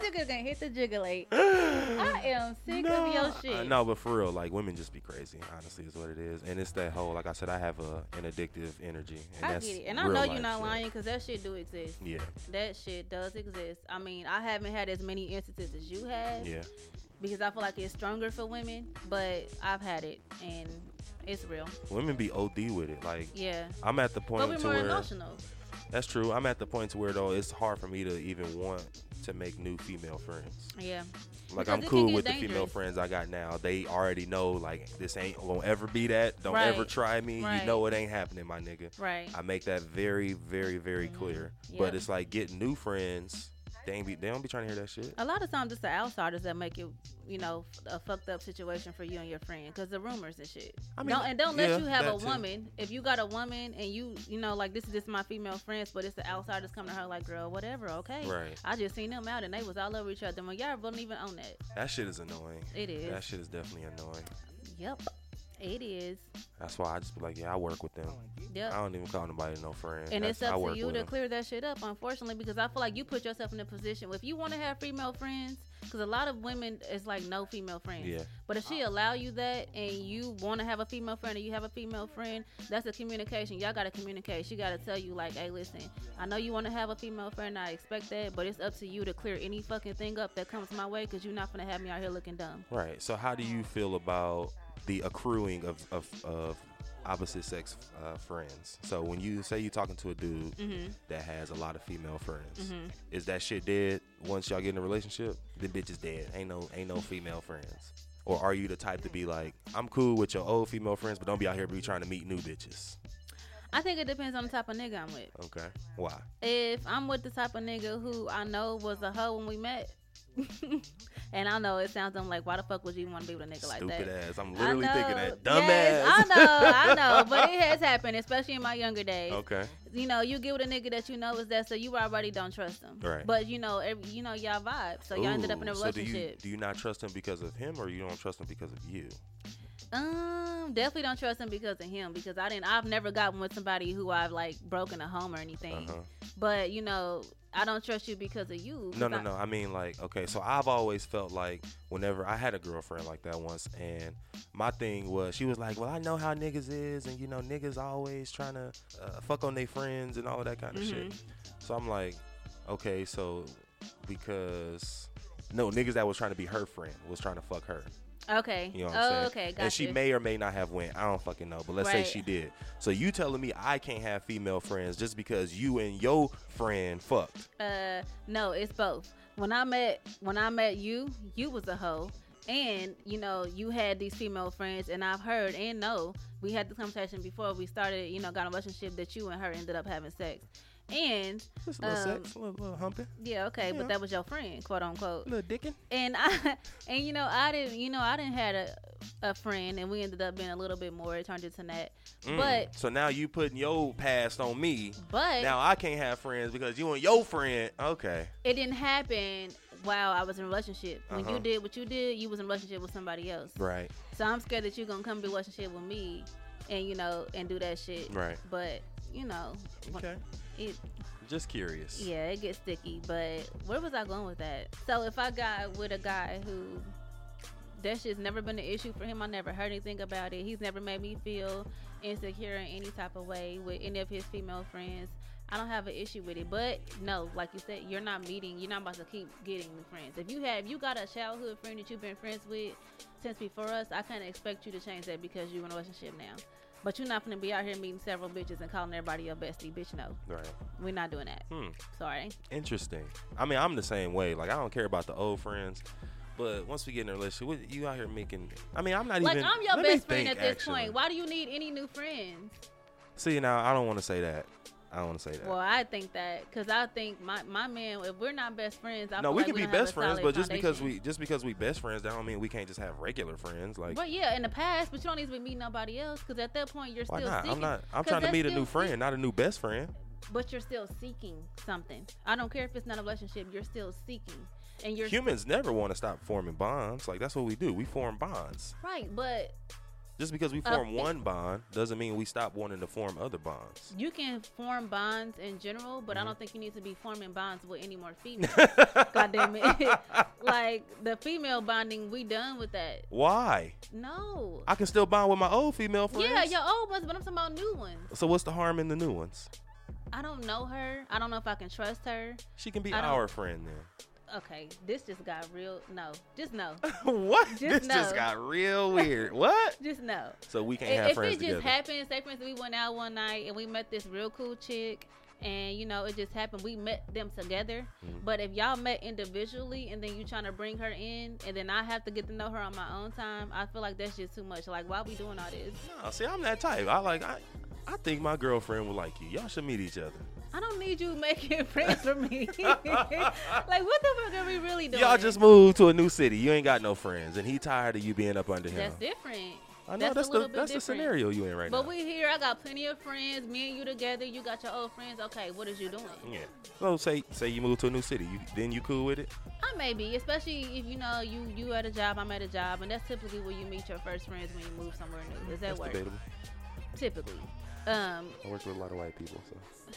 Speaker 2: this nigga gonna hit the
Speaker 1: (laughs)
Speaker 2: jiggle I am sick of your
Speaker 1: Nah,
Speaker 2: shit.
Speaker 1: no, but for real, like women just be crazy. Honestly, is what it is, and it's that whole like I said, I have a an addictive energy, and
Speaker 2: I
Speaker 1: that's
Speaker 2: get it. And I
Speaker 1: real
Speaker 2: know
Speaker 1: life
Speaker 2: you're not
Speaker 1: shit.
Speaker 2: lying because that shit do exist.
Speaker 1: Yeah,
Speaker 2: That shit does exist. I mean, I haven't had as many instances as you have
Speaker 1: yeah.
Speaker 2: because I feel like it's stronger for women, but I've had it and it's real.
Speaker 1: Women be OD with it. Like
Speaker 2: Yeah.
Speaker 1: I'm at the
Speaker 2: But
Speaker 1: point
Speaker 2: we're
Speaker 1: to
Speaker 2: more
Speaker 1: where
Speaker 2: emotional.
Speaker 1: that's true. I'm at the point to where though it's hard for me to even want to make new female friends.
Speaker 2: Yeah.
Speaker 1: Like
Speaker 2: Because
Speaker 1: I'm
Speaker 2: it can
Speaker 1: cool
Speaker 2: get
Speaker 1: with the female
Speaker 2: dangerous.
Speaker 1: friends I got now. They already know like this ain't gonna ever be that. Don't ever
Speaker 2: Right.
Speaker 1: try me. You
Speaker 2: Right.
Speaker 1: know it ain't happening, my nigga.
Speaker 2: Right.
Speaker 1: I make that very, very, very clear. But
Speaker 2: Mm-hmm. Yep.
Speaker 1: it's like getting new friends. They ain't be they don't be trying to hear that shit.
Speaker 2: A lot of times it's the outsiders that make it, you know, f- a fucked up situation for you and your friend because the rumors and shit.
Speaker 1: I mean,
Speaker 2: don't, and don't let
Speaker 1: yeah,
Speaker 2: you have a
Speaker 1: that too.
Speaker 2: woman. If you got a woman and you, you know, like this is just my female friends, but it's the outsiders coming to her like, girl, whatever, okay.
Speaker 1: Right.
Speaker 2: I just seen them out and they was all over each other. When y'all wasn't even on that,
Speaker 1: That shit is annoying.
Speaker 2: it is.
Speaker 1: That shit is definitely annoying.
Speaker 2: Yep. It is.
Speaker 1: That's why I just be like, yeah, I work with them.
Speaker 2: Yep.
Speaker 1: I don't even call nobody no friend.
Speaker 2: And
Speaker 1: That's,
Speaker 2: it's
Speaker 1: I
Speaker 2: up
Speaker 1: work
Speaker 2: to you
Speaker 1: with
Speaker 2: to
Speaker 1: them.
Speaker 2: clear that shit up, unfortunately, because I feel like you put yourself in a position if you want to have female friends, because a lot of women it's like no female friends.
Speaker 1: Yeah.
Speaker 2: But if she allow you that and you want to have a female friend or you have a female friend, that's a communication. Y'all gotta communicate. She gotta tell you like, hey, listen, I know you want to have a female friend. I expect that, but it's up to you to clear any fucking thing up that comes my way, because you're not gonna have me out here looking dumb.
Speaker 1: Right. So how do you feel about the accruing of of, of opposite sex uh, friends? So when you say you're talking to a dude
Speaker 2: Mhm.
Speaker 1: that has a lot of female friends,
Speaker 2: Mhm.
Speaker 1: is that shit dead once y'all get in a relationship? The bitch is dead. Ain't no ain't no female friends. Or are you the type to be like, I'm cool with your old female friends, but don't be out here be trying to meet new bitches?
Speaker 2: I think it depends on the type of nigga I'm with.
Speaker 1: Okay. Why?
Speaker 2: if I'm with the type of nigga who I know was a hoe when we met, (laughs) and I know it sounds dumb, like why the fuck would you want to be with a nigga
Speaker 1: Stupid
Speaker 2: like that?
Speaker 1: ass. I'm
Speaker 2: I
Speaker 1: literally thinking
Speaker 2: know.
Speaker 1: that. Dumbass.
Speaker 2: Yes, I know,
Speaker 1: (laughs)
Speaker 2: I know, but it has happened, especially in my younger days.
Speaker 1: Okay.
Speaker 2: You know, you get with a nigga that you know is that, so you already don't trust him.
Speaker 1: Right.
Speaker 2: But you know, every, you know y'all vibe, so y'all ended up in a
Speaker 1: Ooh, so do
Speaker 2: relationship.
Speaker 1: you, do you not trust him because of him, or you don't trust him because of you?
Speaker 2: Um, definitely don't trust him because of him. Because I didn't. I've never gotten with somebody who I've like broken a home or anything.
Speaker 1: Uh-huh.
Speaker 2: But you know, I don't trust you because of you.
Speaker 1: No,
Speaker 2: 'cause
Speaker 1: no,
Speaker 2: I-
Speaker 1: no. I mean, like, okay, so I've always felt like whenever I had a girlfriend like that once, and my thing was, she was like, well, I know how niggas is, and you know, niggas always trying to uh, fuck on their friends and all of that kind of
Speaker 2: Mm-hmm.
Speaker 1: shit. So I'm like, okay, so because. No, niggas that was trying to be her friend was trying to fuck her.
Speaker 2: Okay.
Speaker 1: You know what
Speaker 2: oh,
Speaker 1: I'm saying?
Speaker 2: okay. Gotcha.
Speaker 1: and she may or may not have went. I don't fucking know. But let's
Speaker 2: Right.
Speaker 1: say she did. So you telling me I can't have female friends just because you and your friend fucked.
Speaker 2: Uh, no, it's both. When I met when I met you, you was a hoe, and you know you had these female friends, and I've heard and know we had this conversation before we started. You know, got in a relationship that you and her ended up having sex, and
Speaker 1: Just a little
Speaker 2: Um,
Speaker 1: sex, a little, little humping,
Speaker 2: yeah, okay,
Speaker 1: Yeah.
Speaker 2: but that was your friend, quote unquote.
Speaker 1: a little dicking.
Speaker 2: and I (laughs) and you know I didn't you know I didn't had a a friend, and we ended up being a little bit more. It turned into that,
Speaker 1: Mm.
Speaker 2: but
Speaker 1: so now you putting your past on me.
Speaker 2: but
Speaker 1: Now I can't have friends because you and your friend. Okay.
Speaker 2: it didn't happen while I was in a relationship. When
Speaker 1: Uh-huh.
Speaker 2: you did what you did, you was in a relationship with somebody else.
Speaker 1: Right.
Speaker 2: So I'm scared that you're gonna come be a relationship with me, and you know, and do that shit.
Speaker 1: Right.
Speaker 2: But you know, wh-
Speaker 1: Okay.
Speaker 2: it
Speaker 1: Just curious.
Speaker 2: yeah, it gets sticky. But where was I going with that? So if I got with a guy who that shit's never been an issue for him, I never heard anything about it. He's never made me feel insecure in any type of way with any of his female friends. I don't have an issue with it, but no, like you said, you're not meeting. You're not about to keep getting new friends. If you have, if you got a childhood friend that you've been friends with since before us, I can't expect you to change that because you're in a relationship now. But you're not gonna be out here meeting several bitches and calling everybody your bestie, bitch. No,
Speaker 1: Right.
Speaker 2: we're not doing that.
Speaker 1: Hmm.
Speaker 2: Sorry.
Speaker 1: Interesting. I mean, I'm the same way. Like I don't care about the old friends. But once we get in a relationship, what, you out here making. I mean, I'm not
Speaker 2: Like
Speaker 1: even.
Speaker 2: I'm your
Speaker 1: let me
Speaker 2: best friend at
Speaker 1: think,
Speaker 2: this
Speaker 1: actually.
Speaker 2: point. Why do you need any new friends?
Speaker 1: See now, I don't want to say that. I don't want to say that.
Speaker 2: Well, I think that because I think my my man, if we're not best friends, I
Speaker 1: no,
Speaker 2: feel
Speaker 1: we
Speaker 2: like
Speaker 1: can be
Speaker 2: don't have a
Speaker 1: best friends,
Speaker 2: solid
Speaker 1: but just because
Speaker 2: foundation.
Speaker 1: we just because we best friends, that don't mean we can't just have regular friends. Like,
Speaker 2: But yeah, in the past, but you don't need to be meeting nobody else because at that point you're
Speaker 1: why
Speaker 2: still
Speaker 1: not?
Speaker 2: seeking.
Speaker 1: I'm not. I'm
Speaker 2: 'cause
Speaker 1: trying to
Speaker 2: that's
Speaker 1: meet a
Speaker 2: still
Speaker 1: new
Speaker 2: seek-
Speaker 1: friend, not a new best friend.
Speaker 2: but you're still seeking something. I don't care if it's not a relationship. You're still seeking, and you're
Speaker 1: Humans never want to stop forming bonds. Like that's what we do. We form bonds.
Speaker 2: right. But
Speaker 1: Just because we form one bond doesn't mean we stop wanting to form other bonds.
Speaker 2: you can form bonds in general, but I
Speaker 1: Mm-hmm.
Speaker 2: don't think you need to be forming bonds with any more females.
Speaker 1: (laughs)
Speaker 2: God damn it! (laughs) like the female bonding, we done with that.
Speaker 1: Why?
Speaker 2: No.
Speaker 1: I can still bond with my old female friends.
Speaker 2: Yeah, your old ones, but I'm talking about new ones.
Speaker 1: So what's the harm in the new ones?
Speaker 2: I don't know her. I don't know if I can trust her.
Speaker 1: She can be
Speaker 2: I don't-
Speaker 1: our friend then.
Speaker 2: Okay, this just got real. No,
Speaker 1: (laughs)
Speaker 2: just no,
Speaker 1: what? this
Speaker 2: know.
Speaker 1: just got real weird. what?
Speaker 2: just no.
Speaker 1: So we can't have
Speaker 2: If, if
Speaker 1: friends
Speaker 2: it
Speaker 1: together.
Speaker 2: just happened, say for instance, we went out one night and we met this real cool chick, and you know it just happened. We met them together,
Speaker 1: Mhm.
Speaker 2: but if y'all met individually and then you trying to bring her in, and then I have to get to know her on my own time, I feel like that's just too much. Like, why we doing all this?
Speaker 1: No, see, I'm that type. I like I, I think my girlfriend would like you. Y'all should meet each other.
Speaker 2: I don't need you making (laughs) friends for me. like, what the fuck are we really doing?
Speaker 1: Y'all just moved to a new city. You ain't got no friends, and he tired of you being up under him.
Speaker 2: That's different.
Speaker 1: I know
Speaker 2: That's a
Speaker 1: that's,
Speaker 2: little
Speaker 1: the
Speaker 2: bit
Speaker 1: that's the
Speaker 2: different.
Speaker 1: scenario you in right
Speaker 2: But
Speaker 1: now.
Speaker 2: we here. I got plenty of friends. Me and you together. You got your old friends. Okay, what is you doing?
Speaker 1: yeah. So say say you move to a new city, you, then you cool with it.
Speaker 2: I may be, especially if you know you you at a job. I'm at a job, and that's typically where you meet your first friends when you move somewhere new. Does that
Speaker 1: That's
Speaker 2: work?
Speaker 1: debatable.
Speaker 2: Typically. Um,
Speaker 1: I work with a lot of white people, so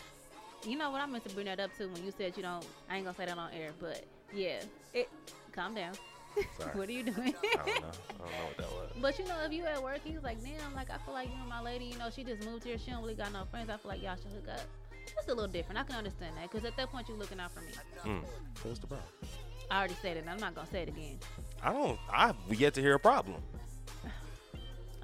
Speaker 2: you know what I meant to bring that up too when you said you don't. I ain't gonna say that on air, but yeah, it. Calm down.
Speaker 1: sorry.
Speaker 2: (laughs) (laughs) What are you doing?
Speaker 1: I don't know. I don't know what that
Speaker 2: (laughs)
Speaker 1: was.
Speaker 2: But you know, if you at work, he's like, damn, like I feel like you and my lady, you know, she just moved here. She don't really got no friends. I feel like y'all should hook up. That's a little different. I can understand that because at that point, you're looking out for me.
Speaker 1: Mm. So what's the problem?
Speaker 2: I already said it. And I'm not gonna say it again.
Speaker 1: I don't. I've yet to hear a problem.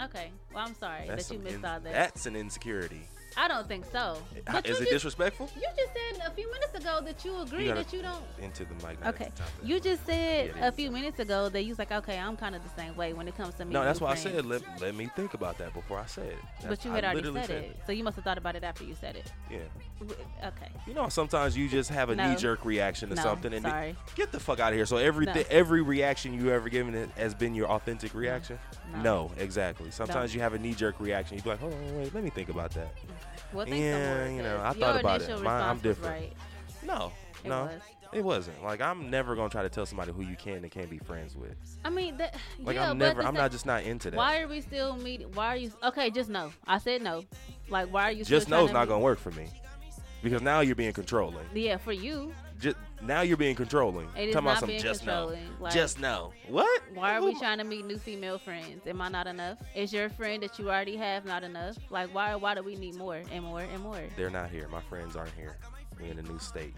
Speaker 2: Okay. Well, I'm sorry
Speaker 1: That's
Speaker 2: that you
Speaker 1: some
Speaker 2: missed
Speaker 1: in-
Speaker 2: all that.
Speaker 1: That's an insecurity.
Speaker 2: I don't think so. But
Speaker 1: Is
Speaker 2: you
Speaker 1: it
Speaker 2: just,
Speaker 1: disrespectful?
Speaker 2: you just said a few minutes ago that you agree
Speaker 1: You gotta-
Speaker 2: that you don't.
Speaker 1: Into the mic. not at
Speaker 2: Okay.
Speaker 1: the top of the-
Speaker 2: You just said
Speaker 1: Yeah, it
Speaker 2: a
Speaker 1: is.
Speaker 2: few minutes ago that you was like, okay, I'm kind of the same way when it comes to me.
Speaker 1: No,
Speaker 2: and
Speaker 1: that's
Speaker 2: new
Speaker 1: why I
Speaker 2: friends.
Speaker 1: said let, let me think about that before I said it. That's-
Speaker 2: But you had
Speaker 1: I
Speaker 2: already
Speaker 1: literally
Speaker 2: said it, so you must have thought about it after you said it.
Speaker 1: Yeah.
Speaker 2: W- Okay.
Speaker 1: You know, sometimes you just have a
Speaker 2: No.
Speaker 1: knee jerk reaction to
Speaker 2: No,
Speaker 1: something, and it-
Speaker 2: sorry.
Speaker 1: get the fuck out of here. So every
Speaker 2: No.
Speaker 1: thi- every reaction you ever given it has been your authentic reaction.
Speaker 2: No.
Speaker 1: exactly. Sometimes
Speaker 2: Don't.
Speaker 1: you have a knee jerk reaction. You be like, hold on, wait, let me think about that.
Speaker 2: Well, think
Speaker 1: Yeah,
Speaker 2: somewhere,
Speaker 1: you know,
Speaker 2: 'cause
Speaker 1: I
Speaker 2: your
Speaker 1: thought about it.
Speaker 2: initial
Speaker 1: Mine- I'm
Speaker 2: response was
Speaker 1: different.
Speaker 2: Right.
Speaker 1: No,
Speaker 2: It
Speaker 1: no,
Speaker 2: was.
Speaker 1: it wasn't. Like I'm never gonna try to tell somebody who you can and can't be friends with.
Speaker 2: I mean, that,
Speaker 1: Like
Speaker 2: yeah,
Speaker 1: I'm
Speaker 2: but
Speaker 1: never.
Speaker 2: the
Speaker 1: I'm
Speaker 2: sa-
Speaker 1: not just not into that.
Speaker 2: Why are we still meeting? Why are you? Okay, just no. I said no. Like, why are you?
Speaker 1: just
Speaker 2: still
Speaker 1: know's not gonna work for me, because now you're being controlling.
Speaker 2: to. Yeah, for you.
Speaker 1: Just now you're being controlling.
Speaker 2: It
Speaker 1: Talking
Speaker 2: is
Speaker 1: about
Speaker 2: not
Speaker 1: some
Speaker 2: being
Speaker 1: just know.
Speaker 2: controlling. Like,
Speaker 1: just know. What?
Speaker 2: Why are
Speaker 1: Who
Speaker 2: we
Speaker 1: am-
Speaker 2: trying to meet new female friends? Am I not enough? Is your friend that you already have not enough? Like, why? Why do we need more and more and more?
Speaker 1: They're not here. My friends aren't here. We in a new state.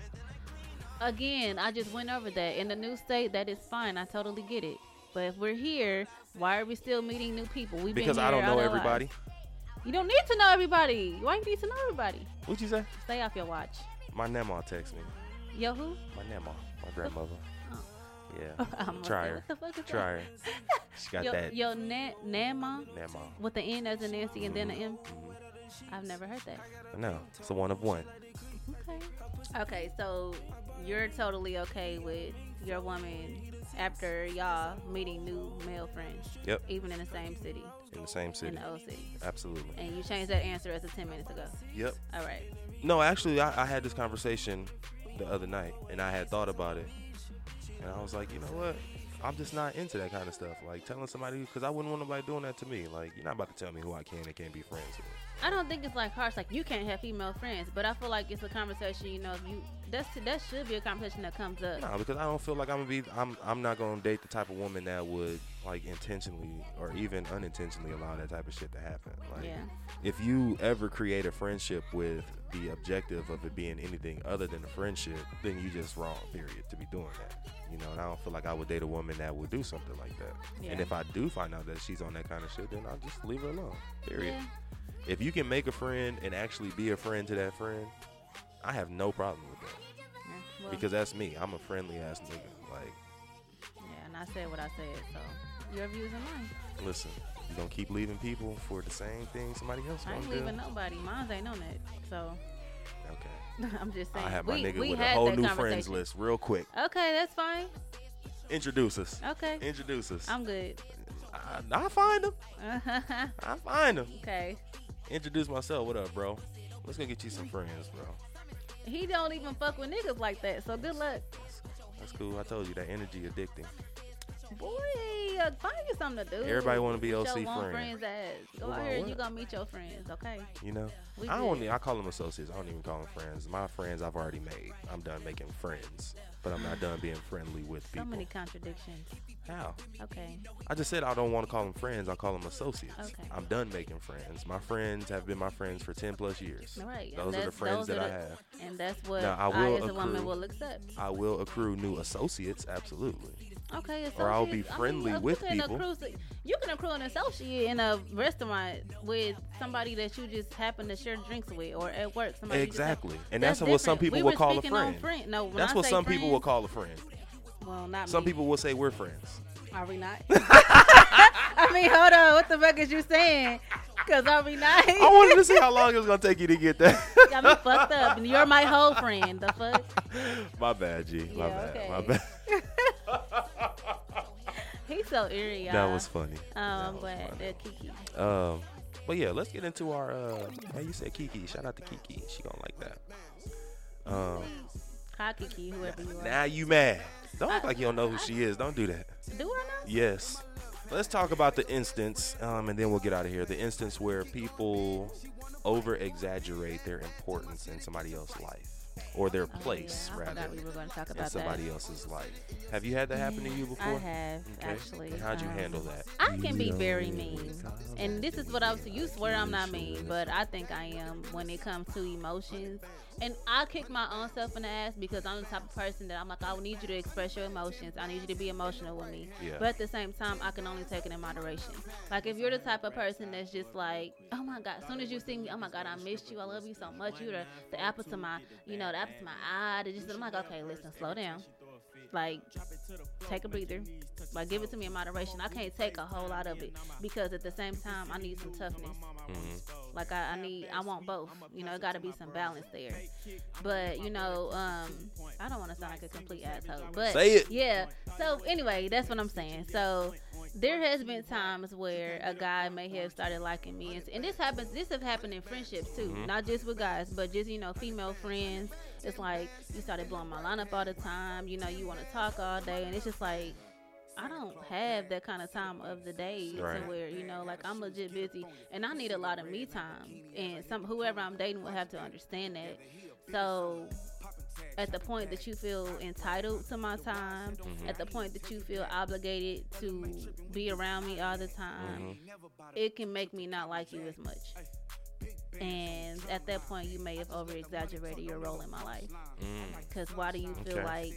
Speaker 2: Again, I just went over that. In the new state, that is fine. I totally get it. But if we're here, why are we still meeting new people? We've
Speaker 1: Because
Speaker 2: been
Speaker 1: I
Speaker 2: here
Speaker 1: don't
Speaker 2: all
Speaker 1: know
Speaker 2: our
Speaker 1: everybody.
Speaker 2: lives. You don't need to know everybody. Why you need to know everybody?
Speaker 1: What'd you say?
Speaker 2: Stay off your watch.
Speaker 1: My Namaw texted me.
Speaker 2: Yo, who?
Speaker 1: My Namaw, my grandmother.
Speaker 2: Oh.
Speaker 1: Yeah.
Speaker 2: (laughs) I'm
Speaker 1: Try her.
Speaker 2: What the fuck is
Speaker 1: Try
Speaker 2: that? (laughs)
Speaker 1: her. She got
Speaker 2: Yo,
Speaker 1: that
Speaker 2: yo, na- Nama
Speaker 1: Namaw.
Speaker 2: with the N as in Nancy and then the M.
Speaker 1: Mhm.
Speaker 2: I've never heard that.
Speaker 1: No, it's a one of one.
Speaker 2: Okay. Okay, so you're totally okay with your woman after y'all meeting new male friends.
Speaker 1: Yep.
Speaker 2: Even in the same city,
Speaker 1: In the same
Speaker 2: in
Speaker 1: city.
Speaker 2: the old city,
Speaker 1: Absolutely.
Speaker 2: and you changed that answer as of ten minutes ago.
Speaker 1: Yep.
Speaker 2: All right.
Speaker 1: No, actually, I, I had this conversation the other night, and I had thought about it, and I was like, you know what? I'm just not into that kind of stuff. Like telling somebody, because I wouldn't want nobody doing that to me. Like you're not about to tell me who I can and can't be friends with.
Speaker 2: I don't think it's like harsh, like you can't have female friends, but I feel like it's a conversation. You know, if you that's that should be a conversation that comes up.
Speaker 1: No, because I don't feel like I'm gonna be. I'm. I'm not gonna date the type of woman that would like intentionally or even unintentionally allow that type of shit to happen. Like,
Speaker 2: Yeah.
Speaker 1: if you ever create a friendship with the objective of it being anything other than a friendship, then you just wrong. Period. To be doing that, you know. And I don't feel like I would date a woman that would do something like that. And
Speaker 2: Yeah.
Speaker 1: if I do find out that she's on that kind of shit, then I'll just leave her alone. Period.
Speaker 2: Yeah.
Speaker 1: If you can make a friend and actually be a friend to that friend, I have no problem with that
Speaker 2: Yeah, well,
Speaker 1: because that's me. I'm a friendly ass nigga. Like.
Speaker 2: yeah, and I said what I said, so your views and mine.
Speaker 1: Listen, you gonna keep leaving people for the same thing somebody else
Speaker 2: I
Speaker 1: gonna
Speaker 2: ain't
Speaker 1: do.
Speaker 2: leaving nobody. Mine ain't on it, so (laughs)
Speaker 1: Okay,
Speaker 2: I'm just saying.
Speaker 1: I have my
Speaker 2: we,
Speaker 1: nigga
Speaker 2: we
Speaker 1: with a
Speaker 2: had
Speaker 1: whole
Speaker 2: that
Speaker 1: new friends
Speaker 2: conversation.
Speaker 1: list real quick.
Speaker 2: Okay, that's fine.
Speaker 1: Introduce us.
Speaker 2: Okay,
Speaker 1: Introduce us.
Speaker 2: I'm good. (laughs)
Speaker 1: I, I find them. I find them.
Speaker 2: okay,
Speaker 1: Introduce myself. What up, bro? Let's go get you some friends, bro.
Speaker 2: he don't even fuck with niggas like that. So good luck,
Speaker 1: That's cool. I told you that energy addicting.
Speaker 2: boy. uh, Find you something to do.
Speaker 1: Everybody wanna be
Speaker 2: Get
Speaker 1: OC
Speaker 2: your want
Speaker 1: friend.
Speaker 2: friends ass. Go
Speaker 1: Well,
Speaker 2: out here,
Speaker 1: what?
Speaker 2: you gonna meet your friends. Okay,
Speaker 1: You know,
Speaker 2: We
Speaker 1: I don't.
Speaker 2: good.
Speaker 1: e- I call them associates. I don't even call them friends. My friends I've already made. I'm done making friends, but I'm not done being friendly with
Speaker 2: so
Speaker 1: people.
Speaker 2: many contradictions.
Speaker 1: How?
Speaker 2: Okay,
Speaker 1: I just said I don't want to call them friends. I call them associates.
Speaker 2: Okay.
Speaker 1: I'm done making friends. My friends have been my friends for 10 plus years.
Speaker 2: all right. and
Speaker 1: Those are the
Speaker 2: that's-
Speaker 1: friends
Speaker 2: those
Speaker 1: that
Speaker 2: are
Speaker 1: I
Speaker 2: the-
Speaker 1: have.
Speaker 2: and that's what
Speaker 1: Now, I
Speaker 2: I,
Speaker 1: will
Speaker 2: as a woman
Speaker 1: accrue-
Speaker 2: will accept.
Speaker 1: I will accrue new associates, absolutely.
Speaker 2: Okay,
Speaker 1: Or I'll be
Speaker 2: associates- I mean,
Speaker 1: friendly
Speaker 2: uh,
Speaker 1: with
Speaker 2: you can
Speaker 1: people.
Speaker 2: Accrue, you can accrue an associate in a restaurant with somebody that you just happen to share drinks with, or at work. Somebody you just happen-
Speaker 1: Exactly. And that's, what some
Speaker 2: different.
Speaker 1: people
Speaker 2: we
Speaker 1: will
Speaker 2: were
Speaker 1: call a
Speaker 2: speaking on
Speaker 1: friend.
Speaker 2: friend. No, when
Speaker 1: That's
Speaker 2: I
Speaker 1: what
Speaker 2: say
Speaker 1: some people will
Speaker 2: friends-
Speaker 1: call a friend.
Speaker 2: Well, not
Speaker 1: Some
Speaker 2: me.
Speaker 1: people will say we're
Speaker 2: (laughs)
Speaker 1: friends.
Speaker 2: Are
Speaker 1: (laughs)
Speaker 2: we not? I mean, hold on. What the fuck is you saying? Because are we not?
Speaker 1: I
Speaker 2: (laughs)
Speaker 1: wanted to see how long it was going to take you to get that. (laughs)
Speaker 2: Got me fucked up. And you're my whole friend. The fuck?
Speaker 1: my bad, (laughs) G. My
Speaker 2: Yeah,
Speaker 1: bad. My
Speaker 2: okay.
Speaker 1: bad.
Speaker 2: He's so eerie, y'all.
Speaker 1: That was funny. was
Speaker 2: Um, but
Speaker 1: funny.
Speaker 2: uh, Kiki.
Speaker 1: Um, but yeah, let's get into our. Uh, hey, you said Kiki. Shout out to Kiki. She gonna like that. Um,
Speaker 2: Hi, Kiki, whoever you are.
Speaker 1: now you mad? Don't act like you don't know who she is. Don't do that.
Speaker 2: Do I know?
Speaker 1: Yes. Let's talk about the instance, um, and then we'll get out of here. The instance where people over exaggerate their importance in somebody else's life or their
Speaker 2: Oh,
Speaker 1: place,
Speaker 2: yeah, I
Speaker 1: rather,
Speaker 2: forgot we were going to talk
Speaker 1: in
Speaker 2: about
Speaker 1: somebody
Speaker 2: that.
Speaker 1: else's life. Have you had that happen to you before?
Speaker 2: I have
Speaker 1: Okay.
Speaker 2: actually.
Speaker 1: And How'd you
Speaker 2: um,
Speaker 1: handle that?
Speaker 2: I can be very mean. And this is what I was you swear I'm not mean, but I think I am when it comes to emotions. And I kick my own self in the ass because I'm the type of person that I'm like, I need you to express your emotions. I need you to be emotional with me.
Speaker 1: Yeah.
Speaker 2: But at the same time, I can only take it in moderation. Like if you're the type of person that's just like, oh my god, as soon as you see me, oh my god, I missed you. I love you so much. You're the, the apple to my, you know, the apple to my eye. They Just I'm like, okay, listen, slow down. Like take a breather. Like give it to me in moderation. I can't take a whole lot of it because at the same time I need some toughness.
Speaker 1: Mhm.
Speaker 2: Like I, I need I want both. You know, it gotta be some balance there. But, you know, um I don't wanna sound like a complete asshole. But
Speaker 1: Say it.
Speaker 2: yeah. So anyway, that's what I'm saying. So there has been times where a guy may have started liking me, and, and this happens. This have happened in friendships too,
Speaker 1: Mm-hmm.
Speaker 2: not just with guys, but just you know, female friends. It's like you started blowing my line up all the time. You know, you want to talk all day, and it's just like. I don't have that kind of time of the day
Speaker 1: Right.
Speaker 2: to where you know, like I'm legit busy, and I need a lot of me time. And some whoever I'm dating will have to understand that. So at the point that you feel entitled to my time,
Speaker 1: Mm-hmm.
Speaker 2: at the point that you feel obligated to be around me all the time,
Speaker 1: Mm-hmm.
Speaker 2: it can make me not like you as much. And at that point, you may have over exaggerated your role in my life.
Speaker 1: Mm.
Speaker 2: Because why do you feel
Speaker 1: Okay.
Speaker 2: like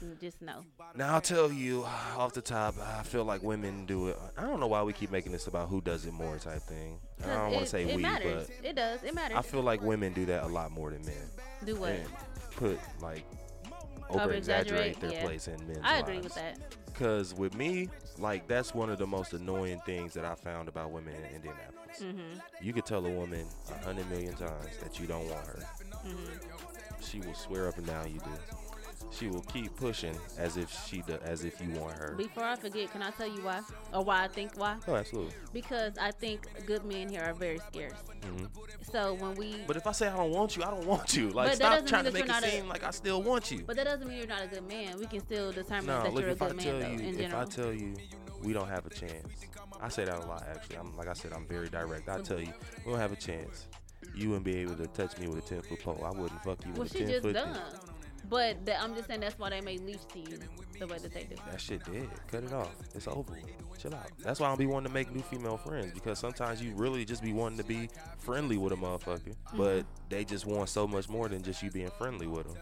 Speaker 2: you just know?
Speaker 1: Now I'll tell you (sighs) off the top, I feel like women do it. I don't know why we keep making this about who does it more type thing. I don't want to say
Speaker 2: it
Speaker 1: we,
Speaker 2: matters.
Speaker 1: but
Speaker 2: It does. It matters.
Speaker 1: I feel like women do that a lot more than men.
Speaker 2: do what?
Speaker 1: And put like over exaggerate
Speaker 2: Over-exaggerate,
Speaker 1: their
Speaker 2: yeah.
Speaker 1: place in men's
Speaker 2: I agree with that.
Speaker 1: Because with me, like that's one of the most annoying things that I found about women in Indianapolis.
Speaker 2: Mm-hmm.
Speaker 1: You could tell a woman a hundred million times that you don't want her.
Speaker 2: Mm-hmm.
Speaker 1: She will swear up and down you do. She will keep pushing as if she do, as if you want her.
Speaker 2: Before I forget, can I tell you why? Or why I think why?
Speaker 1: Oh, absolutely.
Speaker 2: Because I think good men here are very scarce.
Speaker 1: Mhm.
Speaker 2: So when we
Speaker 1: But if I say I don't want you, I don't want you. Like,
Speaker 2: But that
Speaker 1: stop
Speaker 2: doesn't
Speaker 1: trying to
Speaker 2: mean
Speaker 1: make
Speaker 2: that
Speaker 1: it
Speaker 2: you're not a-
Speaker 1: seem like I still want you.
Speaker 2: But that doesn't mean you're not a good man. We can still determine
Speaker 1: No,
Speaker 2: that
Speaker 1: look,
Speaker 2: you're a
Speaker 1: if I
Speaker 2: good
Speaker 1: tell
Speaker 2: man, though,
Speaker 1: you,
Speaker 2: in
Speaker 1: if I
Speaker 2: general.
Speaker 1: tell you, we don't have a chance. I say that a lot, actually. I'm like I said, I'm very direct. I tell you, we don't have a chance. You wouldn't be able to touch me with a ten foot pole. I wouldn't fuck you
Speaker 2: well,
Speaker 1: with a
Speaker 2: she
Speaker 1: ten
Speaker 2: just
Speaker 1: foot.
Speaker 2: done. But that, I'm just saying that's why they may leech to you the way that they do.
Speaker 1: That shit dead. Cut it off. It's over. with. Chill out. That's why I don't be wanting to make new female friends because sometimes you really just be wanting to be friendly with a motherfucker, but
Speaker 2: Mm-hmm.
Speaker 1: they just want so much more than just you being friendly with them.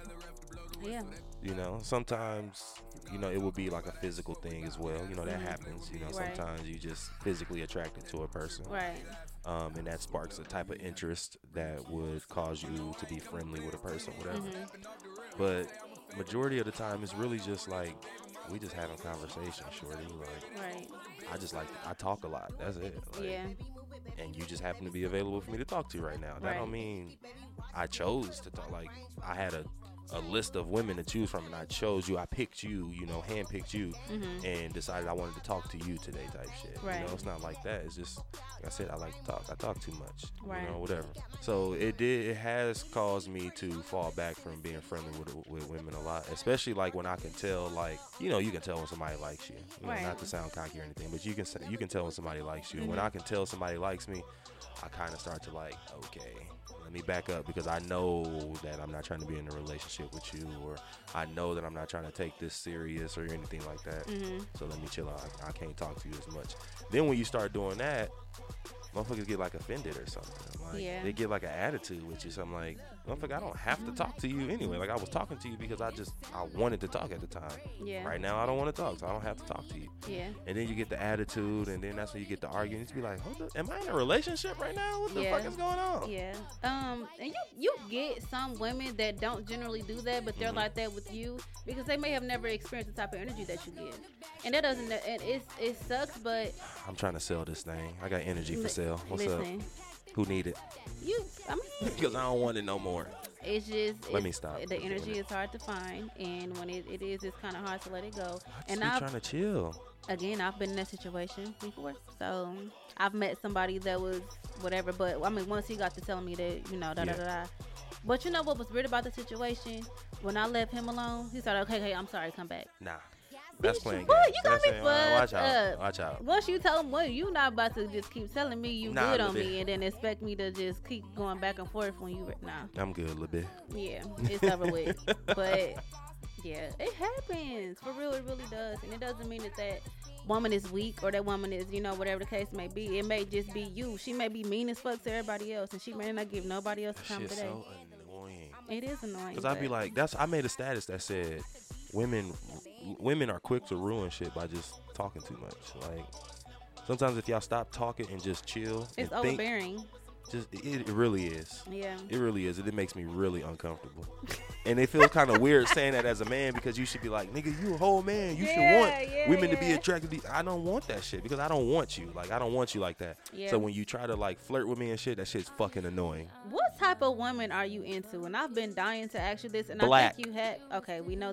Speaker 2: Yeah.
Speaker 1: you know sometimes you know it will be like a physical thing as well you know that happens you know
Speaker 2: Mm-hmm. Right.
Speaker 1: sometimes you just physically attracted to a person
Speaker 2: Right.
Speaker 1: um, and that sparks a type of interest that would cause you to be friendly with a person whatever
Speaker 2: Mm-hmm.
Speaker 1: but majority of the time it's really just like we just having conversation shorty like
Speaker 2: Right.
Speaker 1: i just like i talk a lot that's it like,
Speaker 2: yeah.
Speaker 1: and you just happen to be available for me to talk to right now. That
Speaker 2: Right.
Speaker 1: don't mean I chose to talk. Like I had a, a list of women to choose from, and I chose you. I picked you. You know, handpicked you, and decided I wanted to talk to you today. Type shit. You
Speaker 2: Mm-hmm. Right.
Speaker 1: know, it's not like that. It's just like I said. I like to talk. I talk too much.
Speaker 2: Right.
Speaker 1: You know, whatever. So it did. It has caused me to fall back from being friendly with, with women a lot, especially like when I can tell. Like you know, you can tell when somebody likes you. you know,
Speaker 2: Right.
Speaker 1: Not to sound cocky or anything, but you can say- you can tell when somebody likes you. And
Speaker 2: Mm-hmm.
Speaker 1: when I can tell somebody likes me, I kind of start to like, okay, let me back up because I know that I'm not trying to be in a relationship with you, or I know that I'm not trying to take this serious or anything like that.
Speaker 2: Mm-hmm.
Speaker 1: So let me chill out. I, I can't talk to you as much. Then when you start doing that, motherfuckers get like offended or something. Like
Speaker 2: Yeah.
Speaker 1: they get like an attitude with you. So I'm like, motherfucker, I don't have to talk to you anyway. Like I was talking to you because I just I wanted to talk at the time.
Speaker 2: Yeah.
Speaker 1: Right now I don't want to talk, so I don't have to talk to you.
Speaker 2: Yeah.
Speaker 1: And then you get the attitude, and then that's when you get the arguments. Be like, Hold up, am I in a relationship right now? What the
Speaker 2: Yeah.
Speaker 1: fuck is going on?
Speaker 2: Yeah. Um, and you you get some women that don't generally do that, but they're like that with you because they may have never experienced the type of energy that you give, and that doesn't. And it's it sucks, but
Speaker 1: I'm trying to sell this thing. I got energy for
Speaker 2: li-
Speaker 1: sale. Oh, What's
Speaker 2: listen,
Speaker 1: up? Who need (laughs) it?
Speaker 2: you. I mean,
Speaker 1: Because I don't want it no more.
Speaker 2: It's just
Speaker 1: Let
Speaker 2: it's-
Speaker 1: me stop.
Speaker 2: The energy is hard to find, and when it, it is, it's kind of hard to let it go.
Speaker 1: I just
Speaker 2: and
Speaker 1: be
Speaker 2: I've
Speaker 1: trying to chill.
Speaker 2: again, I've been in that situation before. So I've met somebody that was whatever, but I mean, once he got to telling me that, you know, da da
Speaker 1: Yeah.
Speaker 2: da da. But you know what was weird about the situation? When I left him alone, he started, okay, hey, I'm sorry, come back.
Speaker 1: Nah, that's
Speaker 2: Bitch,
Speaker 1: playing
Speaker 2: what?
Speaker 1: games.
Speaker 2: You got
Speaker 1: That's
Speaker 2: me
Speaker 1: saying, "Well, Watch
Speaker 2: fucked
Speaker 1: out!
Speaker 2: up."
Speaker 1: Watch out!
Speaker 2: Once you tell him, well, you not about to just keep telling me you
Speaker 1: Nah,
Speaker 2: good
Speaker 1: little
Speaker 2: on
Speaker 1: bit.
Speaker 2: me and then expect me to just keep going back and forth when you, re- nah.
Speaker 1: I'm good a little bit.
Speaker 2: Yeah, it's over with. But yeah, it happens for real. It really does, and it doesn't mean that that woman is weak or that woman is you know whatever the case may be. It may just be you. She may be mean as fuck to everybody else, and she may not give nobody else
Speaker 1: That
Speaker 2: the time of
Speaker 1: shit's
Speaker 2: day.
Speaker 1: so annoying.
Speaker 2: it is annoying.
Speaker 1: Cause I'd be
Speaker 2: but-
Speaker 1: like, that's I made a status that said, women, women are quick to ruin shit by just talking too much. Like sometimes if y'all stop talking and just chill and
Speaker 2: it's
Speaker 1: think,
Speaker 2: overbearing.
Speaker 1: just it, it really is.
Speaker 2: Yeah.
Speaker 1: It really is. It, it makes me really uncomfortable. and it feels kind of weird saying that as a man because you should be like, nigga, you a whole man. You
Speaker 2: Yeah,
Speaker 1: should want
Speaker 2: yeah,
Speaker 1: women to be
Speaker 2: yeah.
Speaker 1: attracted to you. I don't want that shit because I don't want you. Like, I don't want you like that.
Speaker 2: Yeah.
Speaker 1: So when you try to like flirt with me and shit, that shit's fucking annoying.
Speaker 2: What type of woman are you into? And I've been dying to ask you this, and
Speaker 1: Black.
Speaker 2: I think you had. Okay, we know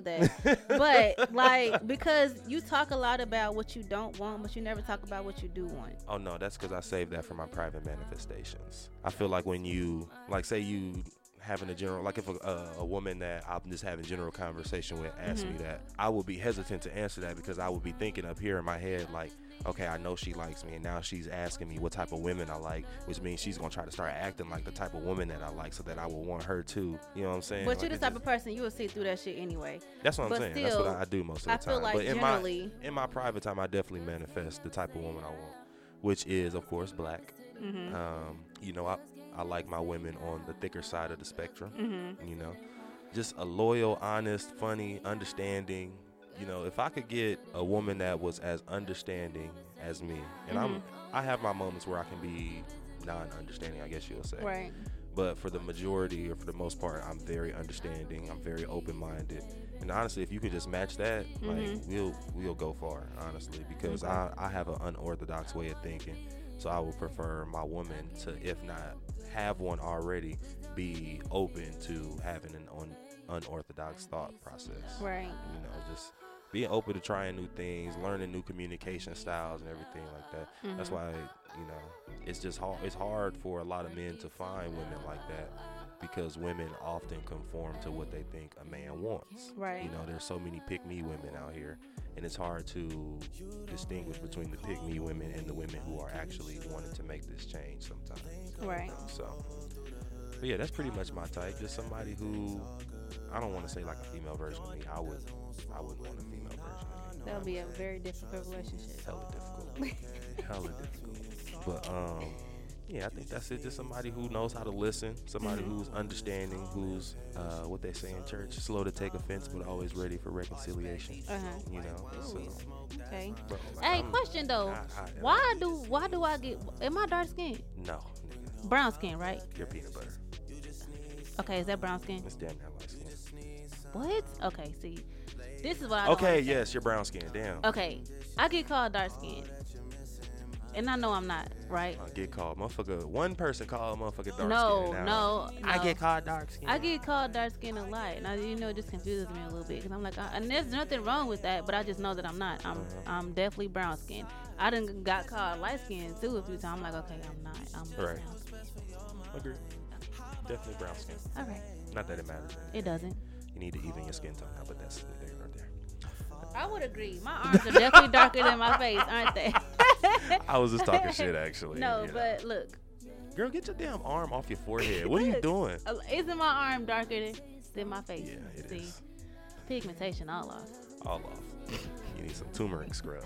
Speaker 1: (laughs)
Speaker 2: that, but like because you talk a lot about what you don't want, but you never talk about what you do want.
Speaker 1: Oh no, that's because I saved that for my private manifestations. I feel like when you, like, say you having a general, like if a, uh, a, a woman that I'm just having general conversation with asks
Speaker 2: Mm-hmm.
Speaker 1: me that, I would be hesitant to answer that because I would be thinking up here in my head like, okay, I know she likes me, and now she's asking me what type of women I like, which means she's gonna try to start acting like the type of woman that I like, so that I will want her too. You know what I'm saying?
Speaker 2: But
Speaker 1: Like,
Speaker 2: you're the
Speaker 1: it
Speaker 2: type
Speaker 1: just-
Speaker 2: of person you will see through that shit anyway.
Speaker 1: that's what I'm
Speaker 2: but
Speaker 1: saying. That's what
Speaker 2: still,
Speaker 1: I, I do most of the
Speaker 2: I
Speaker 1: time.
Speaker 2: feel like
Speaker 1: but in
Speaker 2: generally-
Speaker 1: my in my private time, I definitely manifest the type of woman I want, which is of course black.
Speaker 2: Mm-hmm.
Speaker 1: Um, you know, I, I like my women on the thicker side of the spectrum.
Speaker 2: Mm-hmm.
Speaker 1: You know, just a loyal, honest, funny, understanding. You know, if I could get a woman that was as understanding as me, and I'm,
Speaker 2: Mm-hmm.
Speaker 1: I have my moments where I can be non-understanding, I guess you'll say.
Speaker 2: Right.
Speaker 1: But for the majority, or for the most part, I'm very understanding. I'm very open-minded. And honestly, if you could just match that, like
Speaker 2: Mhm.
Speaker 1: we'll we'll go far, honestly, because I, I have an unorthodox way of thinking. So I would prefer my woman to, if not have one already, be open to having an un- unorthodox thought process.
Speaker 2: Right.
Speaker 1: You know, just being open to trying new things, learning new communication styles and everything like that. That's why you know it's just hard. It's hard for a lot of men to find women like that because women often conform to what they think a man wants.
Speaker 2: Right.
Speaker 1: You know, there's so many pick me women out here, and it's hard to distinguish between the pick me women and the women who are actually wanting to make this change sometimes.
Speaker 2: Right.
Speaker 1: So, but yeah, that's pretty much my type. Just somebody who I don't want to say like a female version of me. I would, I would want a female version of me.
Speaker 2: That would be a very difficult relationship. (laughs)
Speaker 1: hella difficult. hella difficult. But um, yeah, I think that's it. Just somebody who knows how to listen, somebody
Speaker 2: Mm-hmm.
Speaker 1: who's understanding, who's uh, what they say in church, slow to take offense, but always ready for reconciliation.
Speaker 2: Uh
Speaker 1: You know. So,
Speaker 2: huh. Okay.
Speaker 1: bro, like,
Speaker 2: Hey,
Speaker 1: I'm-
Speaker 2: question though.
Speaker 1: I- I-
Speaker 2: Why do why do I get am I dark skinned?
Speaker 1: No, nigga,
Speaker 2: Brown skin, right?
Speaker 1: you're peanut butter.
Speaker 2: Okay, is that brown skin?
Speaker 1: It's damn near light skin.
Speaker 2: What? Okay, see. This is what I don't
Speaker 1: Okay,
Speaker 2: understand.
Speaker 1: yes, you're brown skin. Damn.
Speaker 2: Okay. I get called dark skinned. And I know I'm not, right?
Speaker 1: I get called, motherfucker. One person called, motherfucker, dark
Speaker 2: No,
Speaker 1: skin.
Speaker 2: no,
Speaker 1: I
Speaker 2: no.
Speaker 1: get called dark skin.
Speaker 2: I get called dark skinned a lot, and I, you know, it just confuses me a little bit because I'm like, I, and there's nothing wrong with that, but I just know that I'm not. I'm, I'm definitely brown skinned. I done got called light skinned too a few times. I'm like, okay, I'm not. I'm
Speaker 1: Right.
Speaker 2: brown skinned.
Speaker 1: Agree. Definitely brown skin.
Speaker 2: All right,
Speaker 1: Not that it matters.
Speaker 2: it doesn't.
Speaker 1: You need to even your skin tone out, but that's the thing right there.
Speaker 2: (laughs) I would agree. (laughs) My arms are definitely darker than my face, aren't they?
Speaker 1: I was just talking shit, actually.
Speaker 2: (laughs) no,
Speaker 1: you know.
Speaker 2: but look,
Speaker 1: girl, get your damn arm off your forehead. What are
Speaker 2: (laughs)
Speaker 1: you doing?
Speaker 2: uh, isn't my arm darker than, than my face?
Speaker 1: Yeah, it is
Speaker 2: See, pigmentation all off.
Speaker 1: all off. You need some turmeric scrub,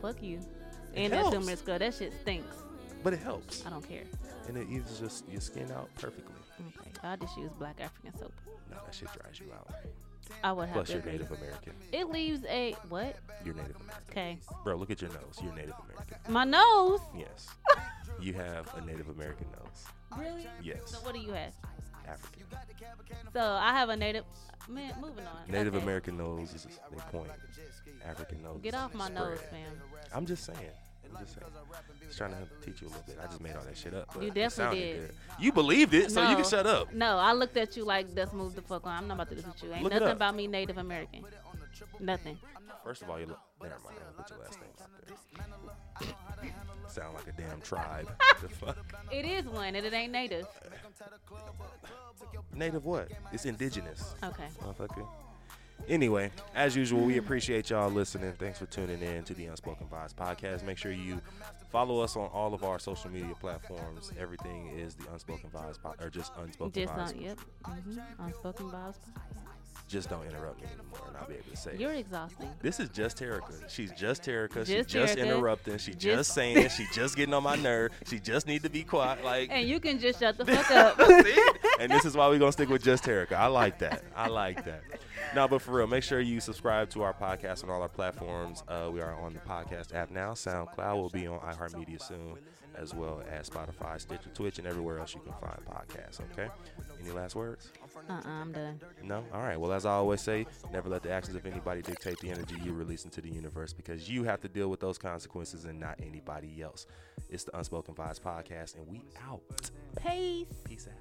Speaker 2: Fuck you.
Speaker 1: It
Speaker 2: And that
Speaker 1: helps.
Speaker 2: tumor girl, that shit stinks.
Speaker 1: but it helps,
Speaker 2: I don't care.
Speaker 1: and it eases just your skin out perfectly.
Speaker 2: Okay, I just use black African soap.
Speaker 1: No, that shit dries you out.
Speaker 2: I would have
Speaker 1: Plus,
Speaker 2: to
Speaker 1: you're
Speaker 2: agree.
Speaker 1: Native American.
Speaker 2: It leaves a what?
Speaker 1: You're Native American,
Speaker 2: Okay,
Speaker 1: bro. Look at your nose. You're Native American.
Speaker 2: my nose. (laughs)
Speaker 1: Yes, you have a Native American nose.
Speaker 2: Really? So
Speaker 1: Yes,
Speaker 2: what do you have?
Speaker 1: African.
Speaker 2: So I have a native. Man, moving on.
Speaker 1: Native
Speaker 2: Okay.
Speaker 1: American nose is they point. African nose.
Speaker 2: Get off my
Speaker 1: spread.
Speaker 2: nose, fam.
Speaker 1: I'm just saying. I'm just saying. Just trying to help teach you a little bit. I just made all that shit up. But
Speaker 2: You
Speaker 1: it sounded
Speaker 2: definitely did.
Speaker 1: good. You believed it, so you can
Speaker 2: No.
Speaker 1: shut up.
Speaker 2: No, I looked at you like, let's move the fuck on. I'm not about to do this with you. Ain't
Speaker 1: Look it
Speaker 2: nothing
Speaker 1: up.
Speaker 2: about me Native American. Nothing.
Speaker 1: First of all, you look. Never mind. I'm gonna put your last name out there. Sound like a damn tribe. the fuck?
Speaker 2: It is one, and it ain't native.
Speaker 1: Native what? It's indigenous.
Speaker 2: Okay.
Speaker 1: Motherfucker. Anyway, as usual, we appreciate y'all listening. Thanks for tuning in to the Unspoken Vibes podcast. Make sure you follow us on all of our social media platforms. Everything is the Unspoken Vibes po- or just Unspoken
Speaker 2: Just
Speaker 1: Vibes.
Speaker 2: on. Yep. Mm-hmm. Unspoken vibes.
Speaker 1: Just don't interrupt me anymore, and I'll be able to say. it.
Speaker 2: You're exhausting.
Speaker 1: This is just Terica. She's just Terica. She's
Speaker 2: Just
Speaker 1: just
Speaker 2: Terica.
Speaker 1: interrupting. She just,
Speaker 2: Just-
Speaker 1: saying. She just getting on my nerve. She just need to be quiet. Like
Speaker 2: And you can just shut
Speaker 1: (laughs)
Speaker 2: the fuck up.
Speaker 1: See? and this is why we're gonna stick with just Terica. I like that. I like that. No, but for real, make sure you subscribe to our podcast on all our platforms. Uh, we are on the podcast app now. SoundCloud will be on iHeartMedia soon, as well as Spotify, Stitcher, Twitch, and everywhere else you can find podcasts. Okay. Any last words?
Speaker 2: Uh-uh, I'm done.
Speaker 1: No? All right. Well, as I always say, never let the actions of anybody dictate the energy you release into the universe because you have to deal with those consequences and not anybody else. It's the Unspoken Vibes Podcast, and we out.
Speaker 2: Peace.
Speaker 1: Peace out.